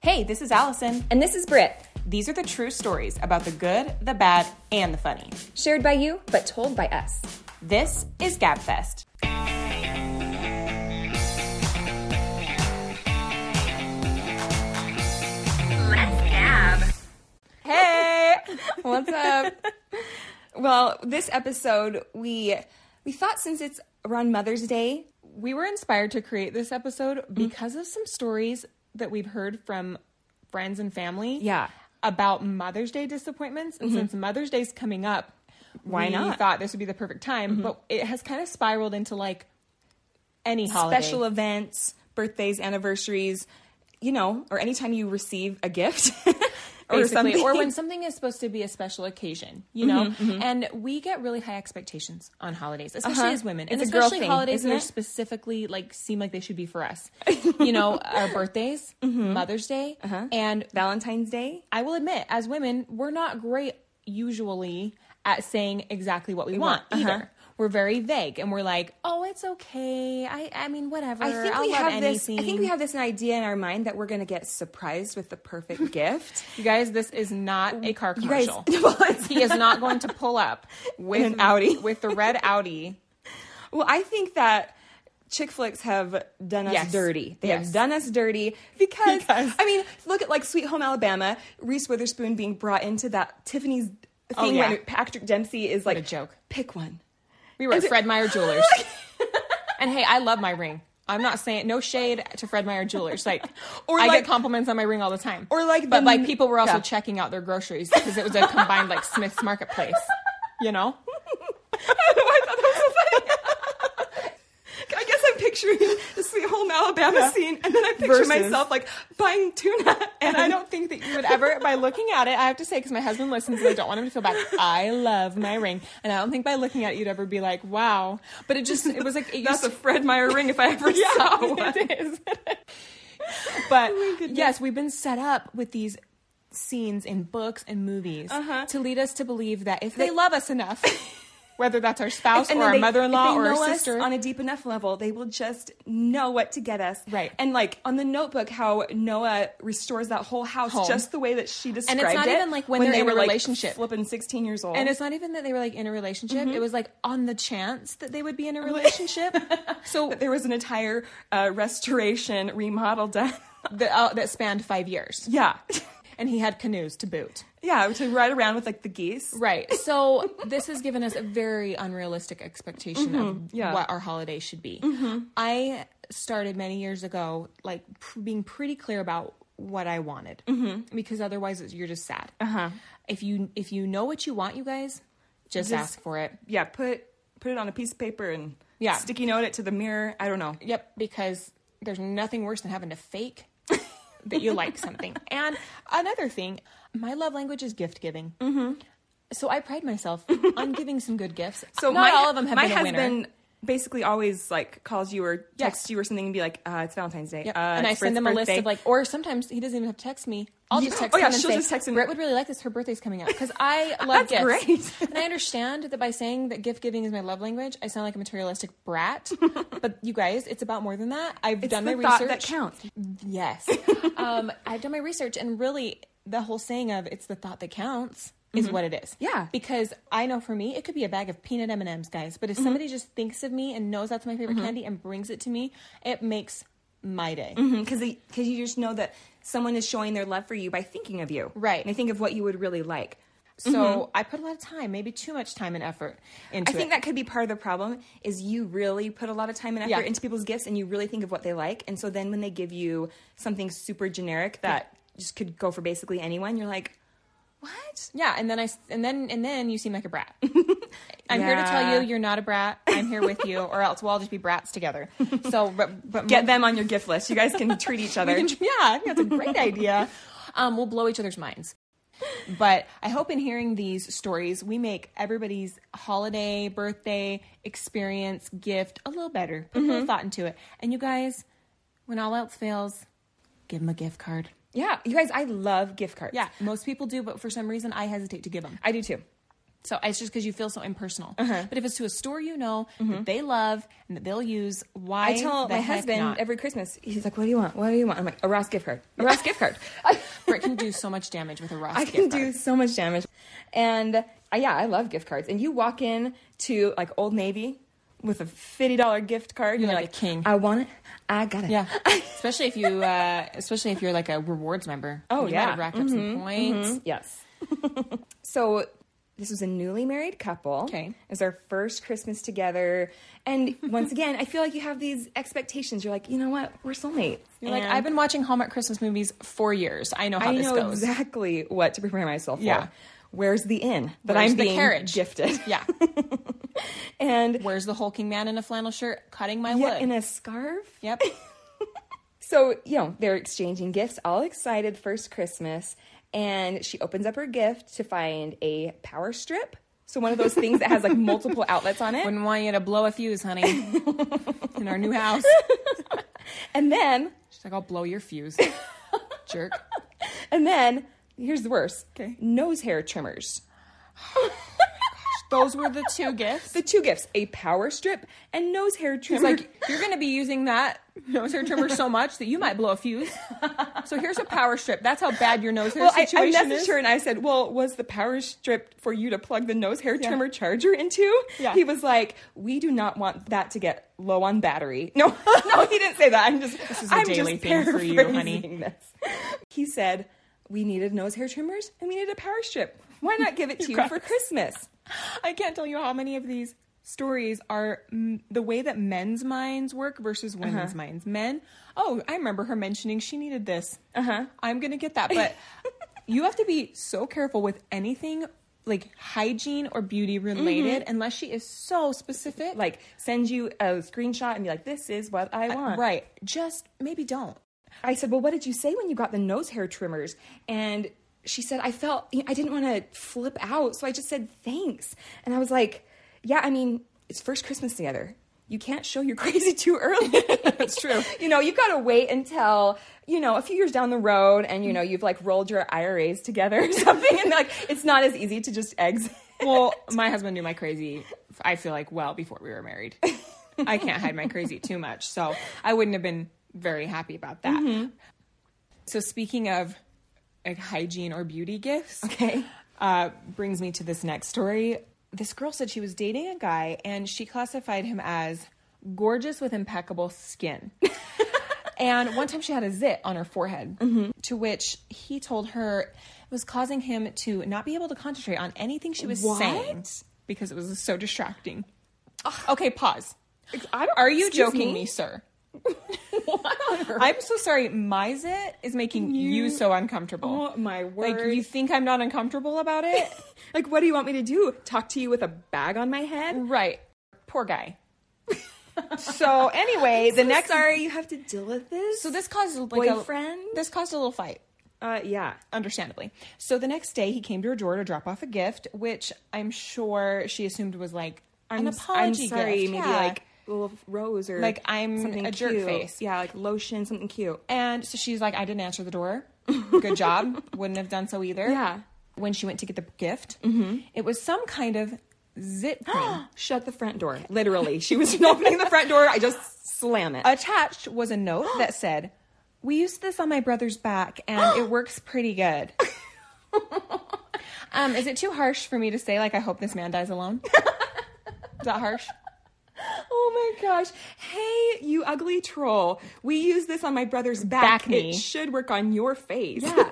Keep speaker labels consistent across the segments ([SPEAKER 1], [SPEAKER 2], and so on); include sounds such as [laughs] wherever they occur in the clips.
[SPEAKER 1] Hey, this is Allison.
[SPEAKER 2] And this is Britt,
[SPEAKER 1] These are the true stories about the good, the bad, and the funny.
[SPEAKER 2] shared by you, but told by us.
[SPEAKER 1] This is GabFest.
[SPEAKER 2] Hey, [laughs] what's up? [laughs] well, this episode we we thought since it's around Mother's Day,
[SPEAKER 1] We were inspired to create this episode because of some stories that we've heard from friends and family.
[SPEAKER 2] Yeah.
[SPEAKER 1] About Mother's Day disappointments. And since Mother's Day's coming up,
[SPEAKER 2] Why
[SPEAKER 1] we
[SPEAKER 2] not?
[SPEAKER 1] thought this would be the perfect time. But it has kind of spiraled into like any holiday.
[SPEAKER 2] special events, birthdays, anniversaries, you know, or anytime you receive a gift [laughs] or
[SPEAKER 1] basically,
[SPEAKER 2] something. Mm-hmm,
[SPEAKER 1] or when something is supposed to be a special occasion, you know. And we get really high expectations on holidays, especially
[SPEAKER 2] Uh-huh.
[SPEAKER 1] as women, and
[SPEAKER 2] It's a girl
[SPEAKER 1] especially
[SPEAKER 2] thing,
[SPEAKER 1] holidays
[SPEAKER 2] isn't
[SPEAKER 1] that are
[SPEAKER 2] it?
[SPEAKER 1] specifically like seem like they should be for
[SPEAKER 2] [laughs]
[SPEAKER 1] us. you know, our birthdays,
[SPEAKER 2] Mm-hmm.
[SPEAKER 1] Mother's Day,
[SPEAKER 2] Uh-huh.
[SPEAKER 1] and
[SPEAKER 2] [laughs] Valentine's Day.
[SPEAKER 1] I will admit, as women, we're not great usually at saying exactly what we, want,
[SPEAKER 2] want, uh-huh.
[SPEAKER 1] either. We're very vague, and we're like, "Oh, it's okay. I, I mean, whatever.
[SPEAKER 2] I think
[SPEAKER 1] I'll
[SPEAKER 2] we
[SPEAKER 1] love
[SPEAKER 2] have
[SPEAKER 1] anything.
[SPEAKER 2] this. I think we have this idea in our mind that we're going to get surprised with the [laughs] perfect gift.
[SPEAKER 1] You guys, this is not a car
[SPEAKER 2] You guys,
[SPEAKER 1] commercial.
[SPEAKER 2] [laughs] well, it's-
[SPEAKER 1] he is not going to pull [laughs] up with
[SPEAKER 2] An Audi.
[SPEAKER 1] [laughs] with the red Audi.
[SPEAKER 2] Well, I think that chick flicks have done us
[SPEAKER 1] Yes.
[SPEAKER 2] dirty. They
[SPEAKER 1] Yes.
[SPEAKER 2] have done us dirty because,
[SPEAKER 1] Because-
[SPEAKER 2] I mean, look at like Sweet Home Alabama, Reese Witherspoon being brought into that Tiffany's thing
[SPEAKER 1] Oh, yeah.
[SPEAKER 2] when Patrick Dempsey is like
[SPEAKER 1] a joke.
[SPEAKER 2] Pick one. [laughs]
[SPEAKER 1] We were at Fred Meyer [laughs] Jewelers. and hey, I love my ring. I'm not saying no shade to Fred Meyer Jewelers. [laughs] Like,
[SPEAKER 2] Or
[SPEAKER 1] I
[SPEAKER 2] like-
[SPEAKER 1] get compliments on my ring all the time.
[SPEAKER 2] or like
[SPEAKER 1] but
[SPEAKER 2] the-
[SPEAKER 1] like people were also
[SPEAKER 2] yeah.
[SPEAKER 1] checking out their groceries because it was a combined like Smith's Marketplace. You know,
[SPEAKER 2] I thought that was so funny. I guess I'm picturing the Sweet Home Alabama scene, and then I picture
[SPEAKER 1] Versus-
[SPEAKER 2] myself like buying tuna,
[SPEAKER 1] and [laughs] I don't think that you would ever, by looking at it, I have to say because my husband listens and I don't want him to feel bad. I love my ring, and I don't think by looking at it you'd ever be like, wow. But it just, it was like [laughs] it
[SPEAKER 2] That's
[SPEAKER 1] used
[SPEAKER 2] a Fred Meyer ring if
[SPEAKER 1] [laughs]
[SPEAKER 2] I [laughs] ever saw one.
[SPEAKER 1] it is. [laughs] but
[SPEAKER 2] Oh
[SPEAKER 1] yes, we've been set up with these scenes in books and movies
[SPEAKER 2] Uh-huh.
[SPEAKER 1] to lead us to believe that if they, love us enough,
[SPEAKER 2] [laughs]
[SPEAKER 1] whether that's our spouse
[SPEAKER 2] And
[SPEAKER 1] or
[SPEAKER 2] then
[SPEAKER 1] our
[SPEAKER 2] they-
[SPEAKER 1] mother-in-law
[SPEAKER 2] if they
[SPEAKER 1] or
[SPEAKER 2] know
[SPEAKER 1] our
[SPEAKER 2] us
[SPEAKER 1] sister,
[SPEAKER 2] on a deep enough level, they will just know what to get us.
[SPEAKER 1] Right.
[SPEAKER 2] And like on the notebook, how Noah restores that whole house
[SPEAKER 1] Home.
[SPEAKER 2] just the way that she described it.
[SPEAKER 1] not even, like, when they're
[SPEAKER 2] they
[SPEAKER 1] in a
[SPEAKER 2] were, like,
[SPEAKER 1] relationship.
[SPEAKER 2] flipping sixteen years old.
[SPEAKER 1] and it's not even that they were like in a relationship;
[SPEAKER 2] Mm-hmm.
[SPEAKER 1] it was like on the chance that they would
[SPEAKER 2] [laughs]
[SPEAKER 1] be in a relationship. so
[SPEAKER 2] there was an entire uh, restoration remodel done. [laughs]
[SPEAKER 1] that, uh, that spanned five years,
[SPEAKER 2] yeah,
[SPEAKER 1] and he had canoes to boot.
[SPEAKER 2] yeah. To ride around with like the geese. [laughs]
[SPEAKER 1] Right. So this has given us a very unrealistic expectation of
[SPEAKER 2] Mm-hmm. yeah. Mm-hmm.
[SPEAKER 1] what our holiday should be. I started many years ago, like pr- being pretty clear about what I wanted, mm-hmm. because otherwise it's, you're just sad. Uh-huh. If you if you know what you want, you guys, just, ask for it.
[SPEAKER 2] Yeah. Put put it on a piece of paper and
[SPEAKER 1] Yeah.
[SPEAKER 2] sticky note it to the mirror. I don't know.
[SPEAKER 1] Yep, because there's nothing worse than having to fake that you like
[SPEAKER 2] [laughs]
[SPEAKER 1] something. And another thing, my love language is gift giving. Mm-hmm. So I pride
[SPEAKER 2] [laughs]
[SPEAKER 1] myself on giving some good gifts.
[SPEAKER 2] So
[SPEAKER 1] not
[SPEAKER 2] my,
[SPEAKER 1] all of them have
[SPEAKER 2] my
[SPEAKER 1] been a winner.
[SPEAKER 2] husband basically always like calls you or
[SPEAKER 1] Yes.
[SPEAKER 2] texts you or something and be like, uh, it's Valentine's Day.
[SPEAKER 1] Yep.
[SPEAKER 2] Uh,
[SPEAKER 1] and I
[SPEAKER 2] it's
[SPEAKER 1] send
[SPEAKER 2] Brit's
[SPEAKER 1] them a list
[SPEAKER 2] birthday."
[SPEAKER 1] of like, or sometimes he doesn't even have to text me. I'll just
[SPEAKER 2] Yeah.
[SPEAKER 1] text
[SPEAKER 2] Oh, yeah,
[SPEAKER 1] him and
[SPEAKER 2] she'll
[SPEAKER 1] say,
[SPEAKER 2] just text him.
[SPEAKER 1] Britt would really like this. Her birthday's coming up because
[SPEAKER 2] [laughs]
[SPEAKER 1] I love
[SPEAKER 2] That's
[SPEAKER 1] gifts.
[SPEAKER 2] great.
[SPEAKER 1] [laughs] and I understand that by saying that gift giving is my love language, I sound like a materialistic
[SPEAKER 2] [laughs]
[SPEAKER 1] brat. but you guys, it's about more than that. I've
[SPEAKER 2] It's
[SPEAKER 1] done
[SPEAKER 2] the
[SPEAKER 1] my
[SPEAKER 2] thought
[SPEAKER 1] research.
[SPEAKER 2] that counts.
[SPEAKER 1] [laughs]
[SPEAKER 2] [laughs]
[SPEAKER 1] Yes, um, I've done my research, and really, the whole saying of "it's the thought that counts." Is what it is.
[SPEAKER 2] Mm-hmm. Yeah.
[SPEAKER 1] Because I know for me, it could be a bag of peanut M and M's, guys. But if
[SPEAKER 2] Mm-hmm.
[SPEAKER 1] somebody just thinks of me and knows that's my favorite candy and brings it to me, it makes my day.
[SPEAKER 2] because because you just know that someone is showing their love for you by thinking of you,
[SPEAKER 1] Right.
[SPEAKER 2] And they think of what you would really like.
[SPEAKER 1] So I put a lot of time, maybe too much time and effort into
[SPEAKER 2] Mm-hmm. I think
[SPEAKER 1] it.
[SPEAKER 2] that could be part of the problem is you really put a lot of time and effort
[SPEAKER 1] Yeah.
[SPEAKER 2] into people's gifts, and you really think of what they like, and so then when they give you something super generic that just could go for basically anyone, you're like, what?
[SPEAKER 1] yeah, and then I s- and then and then you seem like a
[SPEAKER 2] [laughs]
[SPEAKER 1] brat. I'm here to tell
[SPEAKER 2] Yeah.
[SPEAKER 1] you, you're not a brat. I'm here with you, or else we'll all just be brats
[SPEAKER 2] [laughs]
[SPEAKER 1] together. So, but, but
[SPEAKER 2] Get them on your gift list. You guys can treat [laughs] each other.
[SPEAKER 1] [laughs] yeah, I think that's a great idea. Um, we'll blow each other's minds. But I hope in hearing these stories, we make everybody's holiday, birthday, experience, gift a little better. Put a
[SPEAKER 2] Mm-hmm.
[SPEAKER 1] little thought into it. And you guys, when all else fails, give them a gift card.
[SPEAKER 2] yeah, you guys, I love gift cards.
[SPEAKER 1] Yeah, most people do, but for some reason I hesitate to give them.
[SPEAKER 2] I do too.
[SPEAKER 1] So it's just because you feel so impersonal.
[SPEAKER 2] Uh-huh.
[SPEAKER 1] But if it's to a store you know that they love and that they'll use, why?
[SPEAKER 2] Mm-hmm. I tell
[SPEAKER 1] the
[SPEAKER 2] my
[SPEAKER 1] heck
[SPEAKER 2] husband
[SPEAKER 1] not? [laughs]
[SPEAKER 2] every Christmas, he's like, What do you want? What do you want? I'm like, A Ross gift card. A Ross
[SPEAKER 1] [laughs]
[SPEAKER 2] gift card. [laughs] I,
[SPEAKER 1] Britt can do so much damage with a Ross
[SPEAKER 2] I
[SPEAKER 1] gift
[SPEAKER 2] can do
[SPEAKER 1] card.
[SPEAKER 2] so much damage. And uh, yeah, I love gift cards. And you walk in to like Old Navy with a $50 gift card.
[SPEAKER 1] You're
[SPEAKER 2] and
[SPEAKER 1] like a king.
[SPEAKER 2] I want it. I got it.
[SPEAKER 1] Yeah, [laughs] especially if you, uh, especially if you're like a rewards member.
[SPEAKER 2] Oh,
[SPEAKER 1] you
[SPEAKER 2] yeah. Mm-hmm.
[SPEAKER 1] might have racked up some points.
[SPEAKER 2] Yes. [laughs] so this was a newly married couple.
[SPEAKER 1] Okay.
[SPEAKER 2] It was our first Christmas together. And once again, I feel like you have these expectations. You're like, you know what? We're soulmates.
[SPEAKER 1] You're like,
[SPEAKER 2] And
[SPEAKER 1] I've been watching Hallmark Christmas movies for years. I know how
[SPEAKER 2] I
[SPEAKER 1] this
[SPEAKER 2] know
[SPEAKER 1] goes.
[SPEAKER 2] exactly what to prepare myself
[SPEAKER 1] Yeah.
[SPEAKER 2] for. Where's the inn that
[SPEAKER 1] Where's
[SPEAKER 2] I'm
[SPEAKER 1] the
[SPEAKER 2] being
[SPEAKER 1] carriage? [laughs]
[SPEAKER 2] gifted? [laughs]
[SPEAKER 1] Yeah.
[SPEAKER 2] And
[SPEAKER 1] Where's the hulking man in a flannel shirt cutting my
[SPEAKER 2] yeah,
[SPEAKER 1] wood?
[SPEAKER 2] in a scarf.
[SPEAKER 1] yep.
[SPEAKER 2] So, you know, they're exchanging gifts, all excited, first Christmas. And she opens up her gift to find a power strip. So, one of those things that has
[SPEAKER 1] [laughs]
[SPEAKER 2] like multiple outlets on it.
[SPEAKER 1] Wouldn't want you to blow a fuse, honey.
[SPEAKER 2] [laughs]
[SPEAKER 1] in our new house.
[SPEAKER 2] And then,
[SPEAKER 1] She's like, I'll blow your [laughs] fuse. Jerk.
[SPEAKER 2] and then, here's the worst
[SPEAKER 1] Okay.
[SPEAKER 2] nose hair trimmers.
[SPEAKER 1] Those were the two gifts.
[SPEAKER 2] The two gifts a power strip and nose hair
[SPEAKER 1] It's [laughs]
[SPEAKER 2] trimmers.
[SPEAKER 1] like you're gonna be using that nose hair trimmer so much that you might blow a fuse. So here's a power strip. That's how bad your nose hair
[SPEAKER 2] well, I, I
[SPEAKER 1] situation
[SPEAKER 2] messaged
[SPEAKER 1] is.
[SPEAKER 2] her and I said, Well, was the power strip for you to plug the nose hair
[SPEAKER 1] Yeah.
[SPEAKER 2] trimmer charger into?
[SPEAKER 1] Yeah.
[SPEAKER 2] He was like, We do not want that to get low on battery. No, [laughs] no, he didn't say that. I'm just, this
[SPEAKER 1] is a
[SPEAKER 2] I'm
[SPEAKER 1] daily
[SPEAKER 2] just
[SPEAKER 1] thing for you, honey.
[SPEAKER 2] paraphrasing this. He said, We needed nose hair trimmers and we needed a power strip. Why not
[SPEAKER 1] [laughs]
[SPEAKER 2] give it to you for Christmas?
[SPEAKER 1] I can't tell you how many of these stories are mm, the way that men's minds work versus women's minds. Men, oh, I remember her mentioning she needed this. Uh huh. I'm gonna get that, [laughs] but you have to be so careful with anything like hygiene or beauty related, unless she is so specific.
[SPEAKER 2] Like, send you a screenshot and be like, This is what I want.
[SPEAKER 1] right? Just maybe don't.
[SPEAKER 2] I said, "Well, what did you say when you got the nose hair trimmers?" And she said, "I felt I didn't want to flip out, so I just said thanks." And I was like, "Yeah, I mean, it's first Christmas together. You can't show you're [laughs] crazy too early. That's
[SPEAKER 1] true.
[SPEAKER 2] you know, you've got to wait until you know a few years down the road, and you know you've like rolled your IRAs together or [laughs] something, and like it's not as easy to just exit." [laughs]
[SPEAKER 1] [laughs] Well, my husband knew my crazy. I feel like well before we were married. I can't hide my crazy too much, so I wouldn't have been very happy about that. So speaking of like hygiene or beauty gifts,
[SPEAKER 2] Okay.
[SPEAKER 1] uh, brings me to this next story. This girl said she was dating a guy and she classified him as gorgeous with impeccable skin. and one time she had a zit on her forehead, to which he told her it was causing him to not be able to concentrate on anything she was
[SPEAKER 2] What?
[SPEAKER 1] saying because it was so distracting. Okay, pause.
[SPEAKER 2] I don't-
[SPEAKER 1] Are you
[SPEAKER 2] excuse
[SPEAKER 1] joking
[SPEAKER 2] me?
[SPEAKER 1] me,
[SPEAKER 2] [laughs]
[SPEAKER 1] sir? I'm so sorry. My zit is making you, so uncomfortable.
[SPEAKER 2] Oh, my
[SPEAKER 1] Like you
[SPEAKER 2] word.
[SPEAKER 1] think I'm not uncomfortable about
[SPEAKER 2] [laughs]
[SPEAKER 1] it?
[SPEAKER 2] like, what do you want me to do? Talk to you with a bag on my head?
[SPEAKER 1] right. Poor guy. so anyway, the next
[SPEAKER 2] Sorry, you have to deal with this.
[SPEAKER 1] so this caused like
[SPEAKER 2] Boyfriend?
[SPEAKER 1] A, this caused a little fight.
[SPEAKER 2] Uh, yeah.
[SPEAKER 1] understandably. So the next day, he came to her door to drop off a gift, which I'm sure she assumed was like an
[SPEAKER 2] s-
[SPEAKER 1] apology
[SPEAKER 2] I'm sorry,
[SPEAKER 1] gift.
[SPEAKER 2] maybe
[SPEAKER 1] Yeah.
[SPEAKER 2] like a little rose or
[SPEAKER 1] Like, I'm
[SPEAKER 2] something
[SPEAKER 1] a jerk
[SPEAKER 2] cute.
[SPEAKER 1] face.
[SPEAKER 2] Yeah, like lotion, something [gasps] cute.
[SPEAKER 1] And so she's like, I didn't answer the door. Good [laughs] job. Wouldn't have done so either.
[SPEAKER 2] Yeah.
[SPEAKER 1] When she went to get the gift, it was some kind of [gasps] zit cream.
[SPEAKER 2] Shut the front door. Literally, she was [laughs] opening the front door. I just slam it.
[SPEAKER 1] Attached was a note
[SPEAKER 2] [gasps]
[SPEAKER 1] that said, We used this on my brother's back and it works pretty good. um, is it too harsh for me to say, like, I hope this man dies
[SPEAKER 2] [laughs]
[SPEAKER 1] alone? is that harsh?
[SPEAKER 2] oh my gosh! Hey, you ugly troll! We use this on my brother's back.
[SPEAKER 1] Back me.
[SPEAKER 2] It should work on your face.
[SPEAKER 1] Yeah.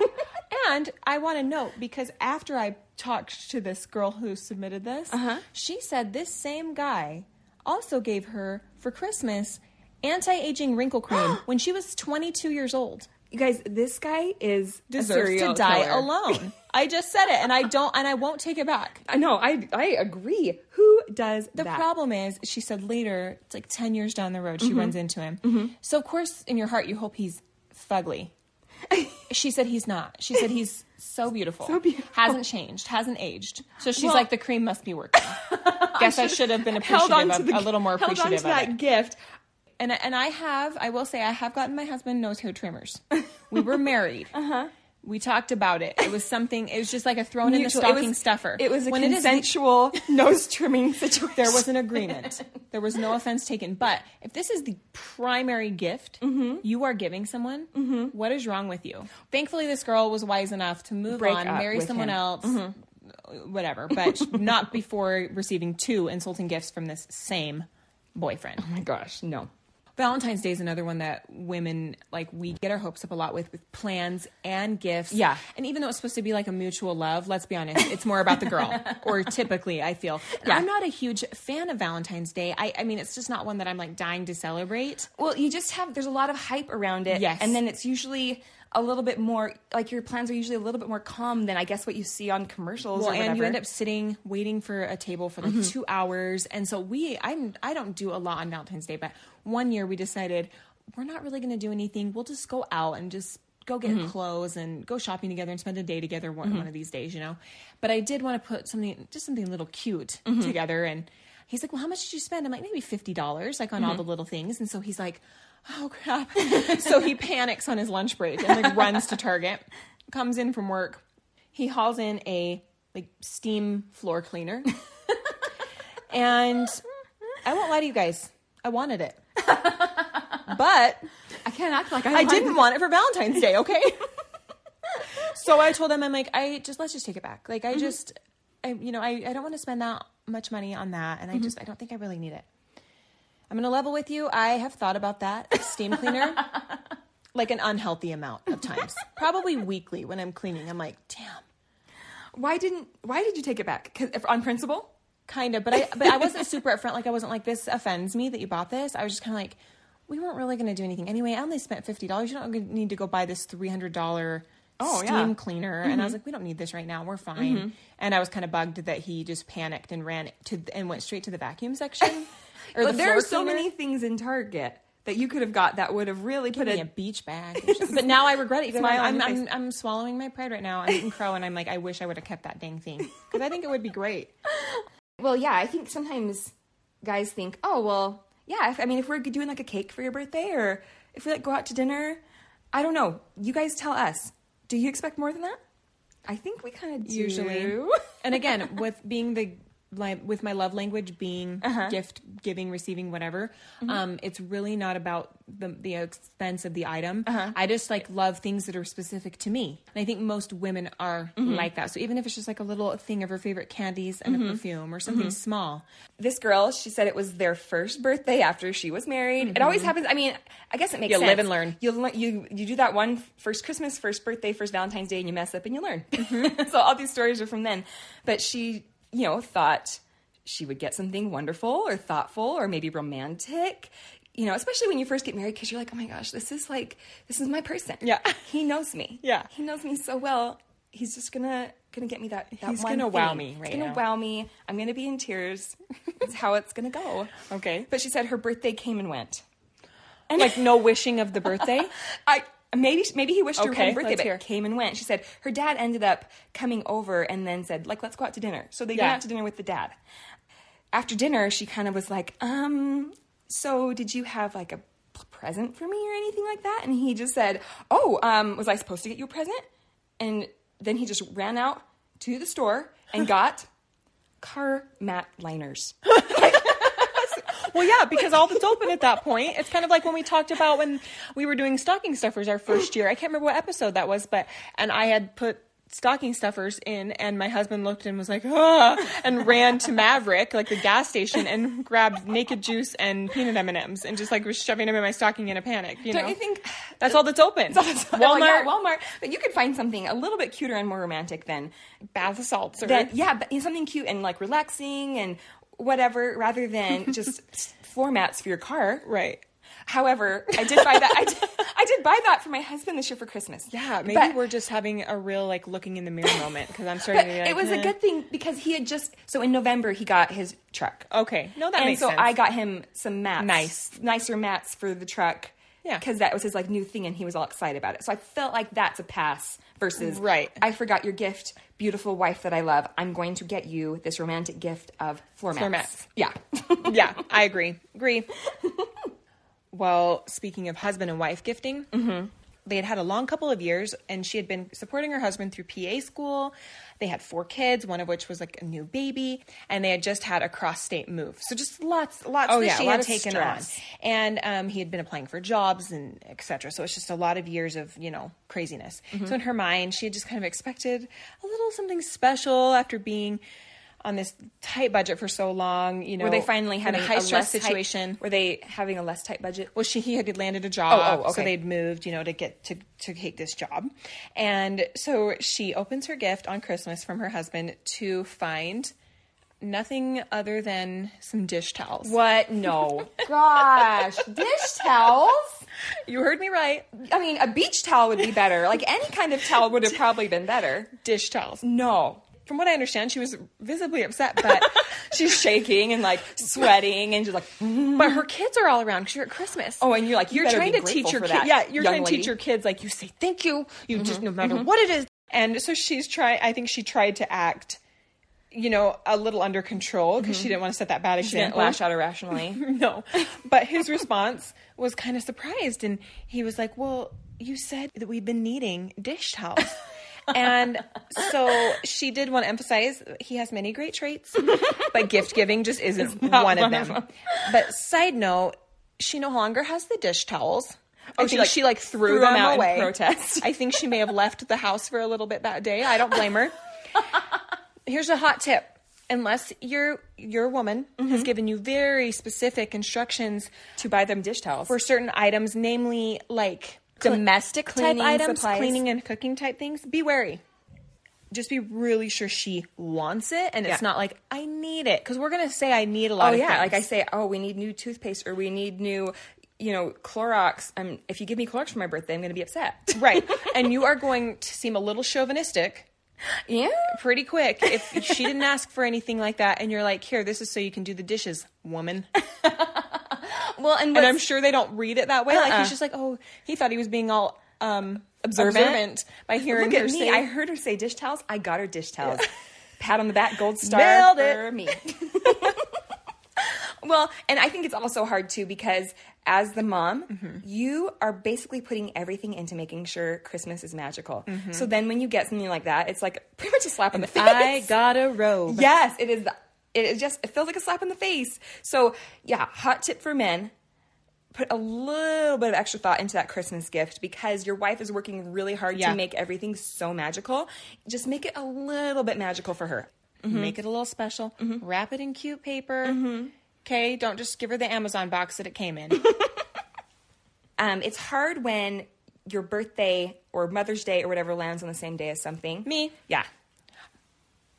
[SPEAKER 1] and I want to note because after I talked to this girl who submitted this,
[SPEAKER 2] Uh-huh.
[SPEAKER 1] she said this same guy also gave her for Christmas anti-aging wrinkle
[SPEAKER 2] [gasps]
[SPEAKER 1] cream when she was 22 years old.
[SPEAKER 2] you guys, this guy is a
[SPEAKER 1] Deserves to
[SPEAKER 2] serial
[SPEAKER 1] die
[SPEAKER 2] killer.
[SPEAKER 1] alone. I just said it, and I don't, and I won't take it back.
[SPEAKER 2] I know. I I agree. Who does
[SPEAKER 1] The
[SPEAKER 2] that?
[SPEAKER 1] problem is, she said later, it's like 10 years down the road,
[SPEAKER 2] Mm-hmm.
[SPEAKER 1] she runs into him. So, of course, in your heart, you hope he's
[SPEAKER 2] [laughs]
[SPEAKER 1] fugly. she said he's not. She said he's so beautiful.
[SPEAKER 2] So beautiful.
[SPEAKER 1] Hasn't changed, hasn't aged. So she's
[SPEAKER 2] Well-
[SPEAKER 1] like, the cream must be
[SPEAKER 2] [laughs]
[SPEAKER 1] working. Guess I should have been appreciative of, a little more
[SPEAKER 2] held
[SPEAKER 1] appreciative
[SPEAKER 2] on to
[SPEAKER 1] of
[SPEAKER 2] that
[SPEAKER 1] it.
[SPEAKER 2] gift.
[SPEAKER 1] And,
[SPEAKER 2] [laughs]
[SPEAKER 1] I- and I have, I will say, I have gotten my husband nose hair trimmers. We were married. uh-huh. We talked about it. It was something. It was just like a thrown in the stocking
[SPEAKER 2] it was,
[SPEAKER 1] stuffer.
[SPEAKER 2] It was a
[SPEAKER 1] When it is- [laughs]
[SPEAKER 2] consensual nose trimming situation.
[SPEAKER 1] there was
[SPEAKER 2] [laughs]
[SPEAKER 1] an agreement. there was no offense taken. But if this is the primary gift
[SPEAKER 2] Mm-hmm.
[SPEAKER 1] you are giving someone, what is wrong with you? Thankfully, this girl was wise enough to move
[SPEAKER 2] Break
[SPEAKER 1] on,
[SPEAKER 2] up
[SPEAKER 1] marry
[SPEAKER 2] with
[SPEAKER 1] someone
[SPEAKER 2] him. Mm-hmm.
[SPEAKER 1] else, whatever, but
[SPEAKER 2] [laughs]
[SPEAKER 1] not before receiving two insulting gifts from this same boyfriend.
[SPEAKER 2] Oh my gosh, no.
[SPEAKER 1] Valentine's Day is another one that women like we get our hopes up a lot with with plans and gifts.
[SPEAKER 2] Yeah.
[SPEAKER 1] And even though it's supposed to be like a mutual love, let's be honest, it's more about the girl.
[SPEAKER 2] [laughs]
[SPEAKER 1] or typically I feel. And
[SPEAKER 2] Yeah.
[SPEAKER 1] I'm not a huge fan of Valentine's Day. I, I mean it's just not one that I'm like dying to celebrate.
[SPEAKER 2] Well, you just have there's a lot of hype around it.
[SPEAKER 1] Yes.
[SPEAKER 2] And then it's usually a little bit more like your plans are usually a little bit more calm than I guess what you see on commercials
[SPEAKER 1] Well,
[SPEAKER 2] or whatever. Mm-hmm.
[SPEAKER 1] and you end up sitting waiting for a table for like two hours, and so we, I'm, I don't do a lot on Valentine's Day, but one year we decided we're not really going to do anything. We'll just go out and just go get
[SPEAKER 2] Mm-hmm.
[SPEAKER 1] clothes and go shopping together and spend a day together one, one of these days, you know. But I did want to put something, just something a little cute
[SPEAKER 2] Mm-hmm.
[SPEAKER 1] together, and he's like, "Well, how much did you spend?" I'm like, "Maybe fifty dollars, like on
[SPEAKER 2] Mm-hmm.
[SPEAKER 1] all the little things," and so he's like. Oh crap. [laughs] so he panics on his lunch break and like runs to Target, comes in from work, he hauls in a like steam floor cleaner [laughs] and i won't lie to you guys i wanted it but
[SPEAKER 2] I can't act like I,
[SPEAKER 1] i
[SPEAKER 2] want-
[SPEAKER 1] didn't want it for valentine's day okay [laughs] so i told him i'm like i just let's just take it back like i just i you know i, I don't want to spend that much money on that and i just i don't think i really need it i'm gonna level with you i have thought about that steam cleaner like an unhealthy amount of times probably weekly when i'm cleaning i'm like damn
[SPEAKER 2] Why didn't why did you take it back? 'Cause- if- on principle?
[SPEAKER 1] kind of but i but i wasn't super upfront like i wasn't like this offends me that you bought this i was just kind of like we weren't really going to do anything anyway i only spent $50 you don't g- need to go buy this $300
[SPEAKER 2] Oh,
[SPEAKER 1] steam
[SPEAKER 2] yeah.
[SPEAKER 1] cleaner and i was like we don't need this right now we're fine and i was kind of bugged that he just panicked and ran to th- and went straight to the vacuum [laughs] section or
[SPEAKER 2] But
[SPEAKER 1] the
[SPEAKER 2] there
[SPEAKER 1] floor
[SPEAKER 2] are so
[SPEAKER 1] cleaner.
[SPEAKER 2] many things in Target that you could have got that would have really put
[SPEAKER 1] Give me
[SPEAKER 2] a
[SPEAKER 1] a beach bag, or something. but now I regret it. Because
[SPEAKER 2] Smile on
[SPEAKER 1] I'm,
[SPEAKER 2] your
[SPEAKER 1] I'm, I'm, I'm swallowing my pride right now. I'm eating crow, and I'm like, I wish I would have kept that dang thing because I think it would be great.
[SPEAKER 2] Well, yeah, I think sometimes guys think, oh, well, yeah, if, I mean, if we're doing like a cake for your birthday or if we like go out to dinner, I don't know. You guys tell us. Do you expect more than that? I think we kind of do.
[SPEAKER 1] usually.
[SPEAKER 2] [laughs]
[SPEAKER 1] and again, with being the like with my love language being gift giving, receiving, whatever, um, it's really not about the the expense of the item. I just like love things that are specific to me, and I think most women are like that. So even if it's just like a little thing of her favorite candies and a perfume or something small,
[SPEAKER 2] this girl, she said it was their first birthday after she was married. It always happens. I mean, I guess it makes
[SPEAKER 1] Mm-hmm. You
[SPEAKER 2] sense.
[SPEAKER 1] live and learn.
[SPEAKER 2] You, le- you, you do that one first Christmas, first birthday, first Valentine's Day, and you mess up and you learn.
[SPEAKER 1] Mm-hmm.
[SPEAKER 2] [laughs] so all these stories are from then. But she, you know, thought she would get something wonderful or thoughtful or maybe romantic. You know, especially when you first get married, because you're like, oh my gosh, this is like, this is my person.
[SPEAKER 1] Yeah.
[SPEAKER 2] he knows me.
[SPEAKER 1] Yeah.
[SPEAKER 2] he knows me so well. He's just gonna gonna get me that. that
[SPEAKER 1] He's
[SPEAKER 2] one
[SPEAKER 1] gonna wow
[SPEAKER 2] thing.
[SPEAKER 1] me
[SPEAKER 2] He's
[SPEAKER 1] right
[SPEAKER 2] gonna
[SPEAKER 1] now.
[SPEAKER 2] wow wow me. I'm going to be in tears. [laughs] It's how it's going to go.
[SPEAKER 1] Okay.
[SPEAKER 2] But she said her birthday came and went.
[SPEAKER 1] and like no wishing of the birthday.
[SPEAKER 2] [laughs] I maybe maybe he wished her
[SPEAKER 1] Okay,
[SPEAKER 2] happy birthday,
[SPEAKER 1] let's
[SPEAKER 2] but
[SPEAKER 1] hear.
[SPEAKER 2] came and went. She said her dad ended up coming over and then said like let's go out to dinner. So they
[SPEAKER 1] Yeah.
[SPEAKER 2] went out to dinner with the dad. After dinner, she kind of was like, um, so did you have like a p- present for me or anything like that? And he just said, oh, um, was I supposed to get you a present? And then he just ran out to the store and got car mat
[SPEAKER 1] [gasps]
[SPEAKER 2] liners.
[SPEAKER 1] Well, yeah, because all that's open at that point. It's kind of like when we talked about when we were doing stocking stuffers our first year. I can't remember what episode that was, but and I had put stocking stuffers in, and my husband looked and was like, ah, and ran to Maverick, like the gas station, and grabbed naked juice and peanut M and M's, and just like was shoving them in my stocking in a panic. You
[SPEAKER 2] Don't
[SPEAKER 1] know? [laughs]
[SPEAKER 2] you think- [laughs]
[SPEAKER 1] that's all that's open?
[SPEAKER 2] Walmart,
[SPEAKER 1] Walmart
[SPEAKER 2] Walmart. But you could find something a little bit cuter and more romantic than
[SPEAKER 1] bath salts, or
[SPEAKER 2] that. Yeah, but something cute and like relaxing and whatever,
[SPEAKER 1] [laughs]
[SPEAKER 2] rather than just formats for your car.
[SPEAKER 1] right.
[SPEAKER 2] However, I did buy that. I
[SPEAKER 1] [laughs]
[SPEAKER 2] did, I did buy that for my husband this year for Christmas.
[SPEAKER 1] Yeah, maybe
[SPEAKER 2] But-
[SPEAKER 1] we're just having a real like looking in the mirror moment because I'm starting
[SPEAKER 2] But
[SPEAKER 1] to. Be like,
[SPEAKER 2] it was
[SPEAKER 1] "Eh."
[SPEAKER 2] a good thing because he had just so in November he got his truck.
[SPEAKER 1] Okay, no, Oh, that
[SPEAKER 2] and
[SPEAKER 1] makes
[SPEAKER 2] so
[SPEAKER 1] sense.
[SPEAKER 2] I got him some mats,
[SPEAKER 1] Nice.
[SPEAKER 2] nicer mats for the truck.
[SPEAKER 1] Yeah.
[SPEAKER 2] because that was his like new thing, and he was all excited about it. So I felt like that's a pass versus
[SPEAKER 1] Right.
[SPEAKER 2] I forgot your gift, beautiful wife that I love. I'm going to get you this romantic gift of floor mats.
[SPEAKER 1] Floor mats.
[SPEAKER 2] Yeah,
[SPEAKER 1] yeah, I agree. Agree. well, speaking of husband and wife gifting, they had had a long couple of years and she had been supporting her husband through PA school. They had four kids, one of which was like a new baby, and they had just had a cross state move. So just lots, lots
[SPEAKER 2] Oh,
[SPEAKER 1] that
[SPEAKER 2] yeah, a
[SPEAKER 1] she
[SPEAKER 2] lot
[SPEAKER 1] had
[SPEAKER 2] of
[SPEAKER 1] taken
[SPEAKER 2] stress.
[SPEAKER 1] on. And um, he had been applying for jobs and etc. So it's just a lot of years of, you know, craziness.
[SPEAKER 2] Mm-hmm.
[SPEAKER 1] So in her mind, she had just kind of expected a little something special after being on this tight budget for so long, you know,
[SPEAKER 2] Were they finally
[SPEAKER 1] in
[SPEAKER 2] having
[SPEAKER 1] a high stress
[SPEAKER 2] less tight-
[SPEAKER 1] situation?
[SPEAKER 2] were they having a less tight budget?
[SPEAKER 1] Well, she he had landed a job,
[SPEAKER 2] Oh, oh,
[SPEAKER 1] so
[SPEAKER 2] okay.
[SPEAKER 1] they'd moved, you know, to get to to take this job, and so she opens her gift on Christmas from her husband to find nothing other than some dish towels.
[SPEAKER 2] What? No. [laughs] Gosh, dish towels.
[SPEAKER 1] You heard me right,
[SPEAKER 2] I mean, a beach towel would be better. Like any kind of towel would have probably been better.
[SPEAKER 1] dish towels.
[SPEAKER 2] No.
[SPEAKER 1] From what I understand, she was visibly upset,
[SPEAKER 2] [laughs]
[SPEAKER 1] but
[SPEAKER 2] She's shaking and like sweating and just like, "Mm-hmm."
[SPEAKER 1] but her kids are all around because you're at Christmas.
[SPEAKER 2] oh, and you're like, you
[SPEAKER 1] you're
[SPEAKER 2] better
[SPEAKER 1] trying
[SPEAKER 2] be
[SPEAKER 1] to teach
[SPEAKER 2] grateful
[SPEAKER 1] your
[SPEAKER 2] for
[SPEAKER 1] kid,
[SPEAKER 2] that,
[SPEAKER 1] yeah, you're trying
[SPEAKER 2] young
[SPEAKER 1] to
[SPEAKER 2] lady. Mm-hmm,
[SPEAKER 1] teach your kids like you say thank you, you just no matter what it is, and so she's try. I think she tried to act, you know, a little under control because she didn't want to set that bad
[SPEAKER 2] Mm-hmm. She didn't
[SPEAKER 1] example.
[SPEAKER 2] lash out irrationally.
[SPEAKER 1] [laughs] no, but his response was kind of surprised, and he was like, "Well, you said that we've been needing dish towels." and so she did want to emphasize he has many great traits, but gift giving just isn't
[SPEAKER 2] not
[SPEAKER 1] one of
[SPEAKER 2] one of
[SPEAKER 1] them. But side note, she no longer has the dish towels. I
[SPEAKER 2] Oh, she,
[SPEAKER 1] think
[SPEAKER 2] like,
[SPEAKER 1] she like threw,
[SPEAKER 2] threw
[SPEAKER 1] them,
[SPEAKER 2] them out in
[SPEAKER 1] away.
[SPEAKER 2] protest.
[SPEAKER 1] I think she may have left the house for a little bit that day. I don't blame
[SPEAKER 2] [laughs]
[SPEAKER 1] her. Here's a hot tip. Unless your your woman
[SPEAKER 2] Mm-hmm.
[SPEAKER 1] has given you very specific instructions
[SPEAKER 2] [laughs] to buy them dish towels.
[SPEAKER 1] for certain items, namely like
[SPEAKER 2] domestic
[SPEAKER 1] cleaning
[SPEAKER 2] type items,
[SPEAKER 1] supplies. cleaning and cooking type things, be wary. Just be really sure she wants it and
[SPEAKER 2] Yeah.
[SPEAKER 1] it's not like I need it because we're gonna say I need a
[SPEAKER 2] Oh
[SPEAKER 1] lot of
[SPEAKER 2] yeah,
[SPEAKER 1] things.
[SPEAKER 2] like I say, oh, we need new toothpaste or we need new, you know, Clorox. Um, if you give me Clorox for my birthday, I'm going to be upset.
[SPEAKER 1] Right. and you are going to seem a little chauvinistic
[SPEAKER 2] [laughs] Yeah.
[SPEAKER 1] pretty quick if she didn't ask for anything like that and you're like, here, this is so you can do the dishes, woman.
[SPEAKER 2] Well, and,
[SPEAKER 1] And
[SPEAKER 2] what's-
[SPEAKER 1] I'm sure they don't read it that way. Like
[SPEAKER 2] Uh-uh.
[SPEAKER 1] he's just like, oh, he thought he was being all um, observant,
[SPEAKER 2] Observant.
[SPEAKER 1] by hearing
[SPEAKER 2] Look
[SPEAKER 1] her
[SPEAKER 2] at me.
[SPEAKER 1] say,
[SPEAKER 2] I heard her say dish towels. I got her dish towels. Pat on the back, gold star
[SPEAKER 1] Nailed it. [laughs]
[SPEAKER 2] for me. well, and I think it's also hard too because as the mom,
[SPEAKER 1] Mm-hmm.
[SPEAKER 2] you are basically putting everything into making sure Christmas is magical.
[SPEAKER 1] Mm-hmm.
[SPEAKER 2] So then when you get something like that, it's like pretty much a slap in the face. [laughs]
[SPEAKER 1] I got a robe.
[SPEAKER 2] Yes, it is. The, it is just. It feels like a slap in the face. So yeah, hot tip for men: put a little bit of extra thought into that Christmas gift because your wife is working really hard
[SPEAKER 1] Yeah.
[SPEAKER 2] to make everything so magical. Just make it a little bit magical for her.
[SPEAKER 1] Make it a little special. Wrap it in cute paper. Okay, don't just give her the Amazon box that it came in. [laughs]
[SPEAKER 2] Um, it's hard when your birthday or Mother's Day or whatever lands on the same day as something.
[SPEAKER 1] Me.
[SPEAKER 2] Yeah.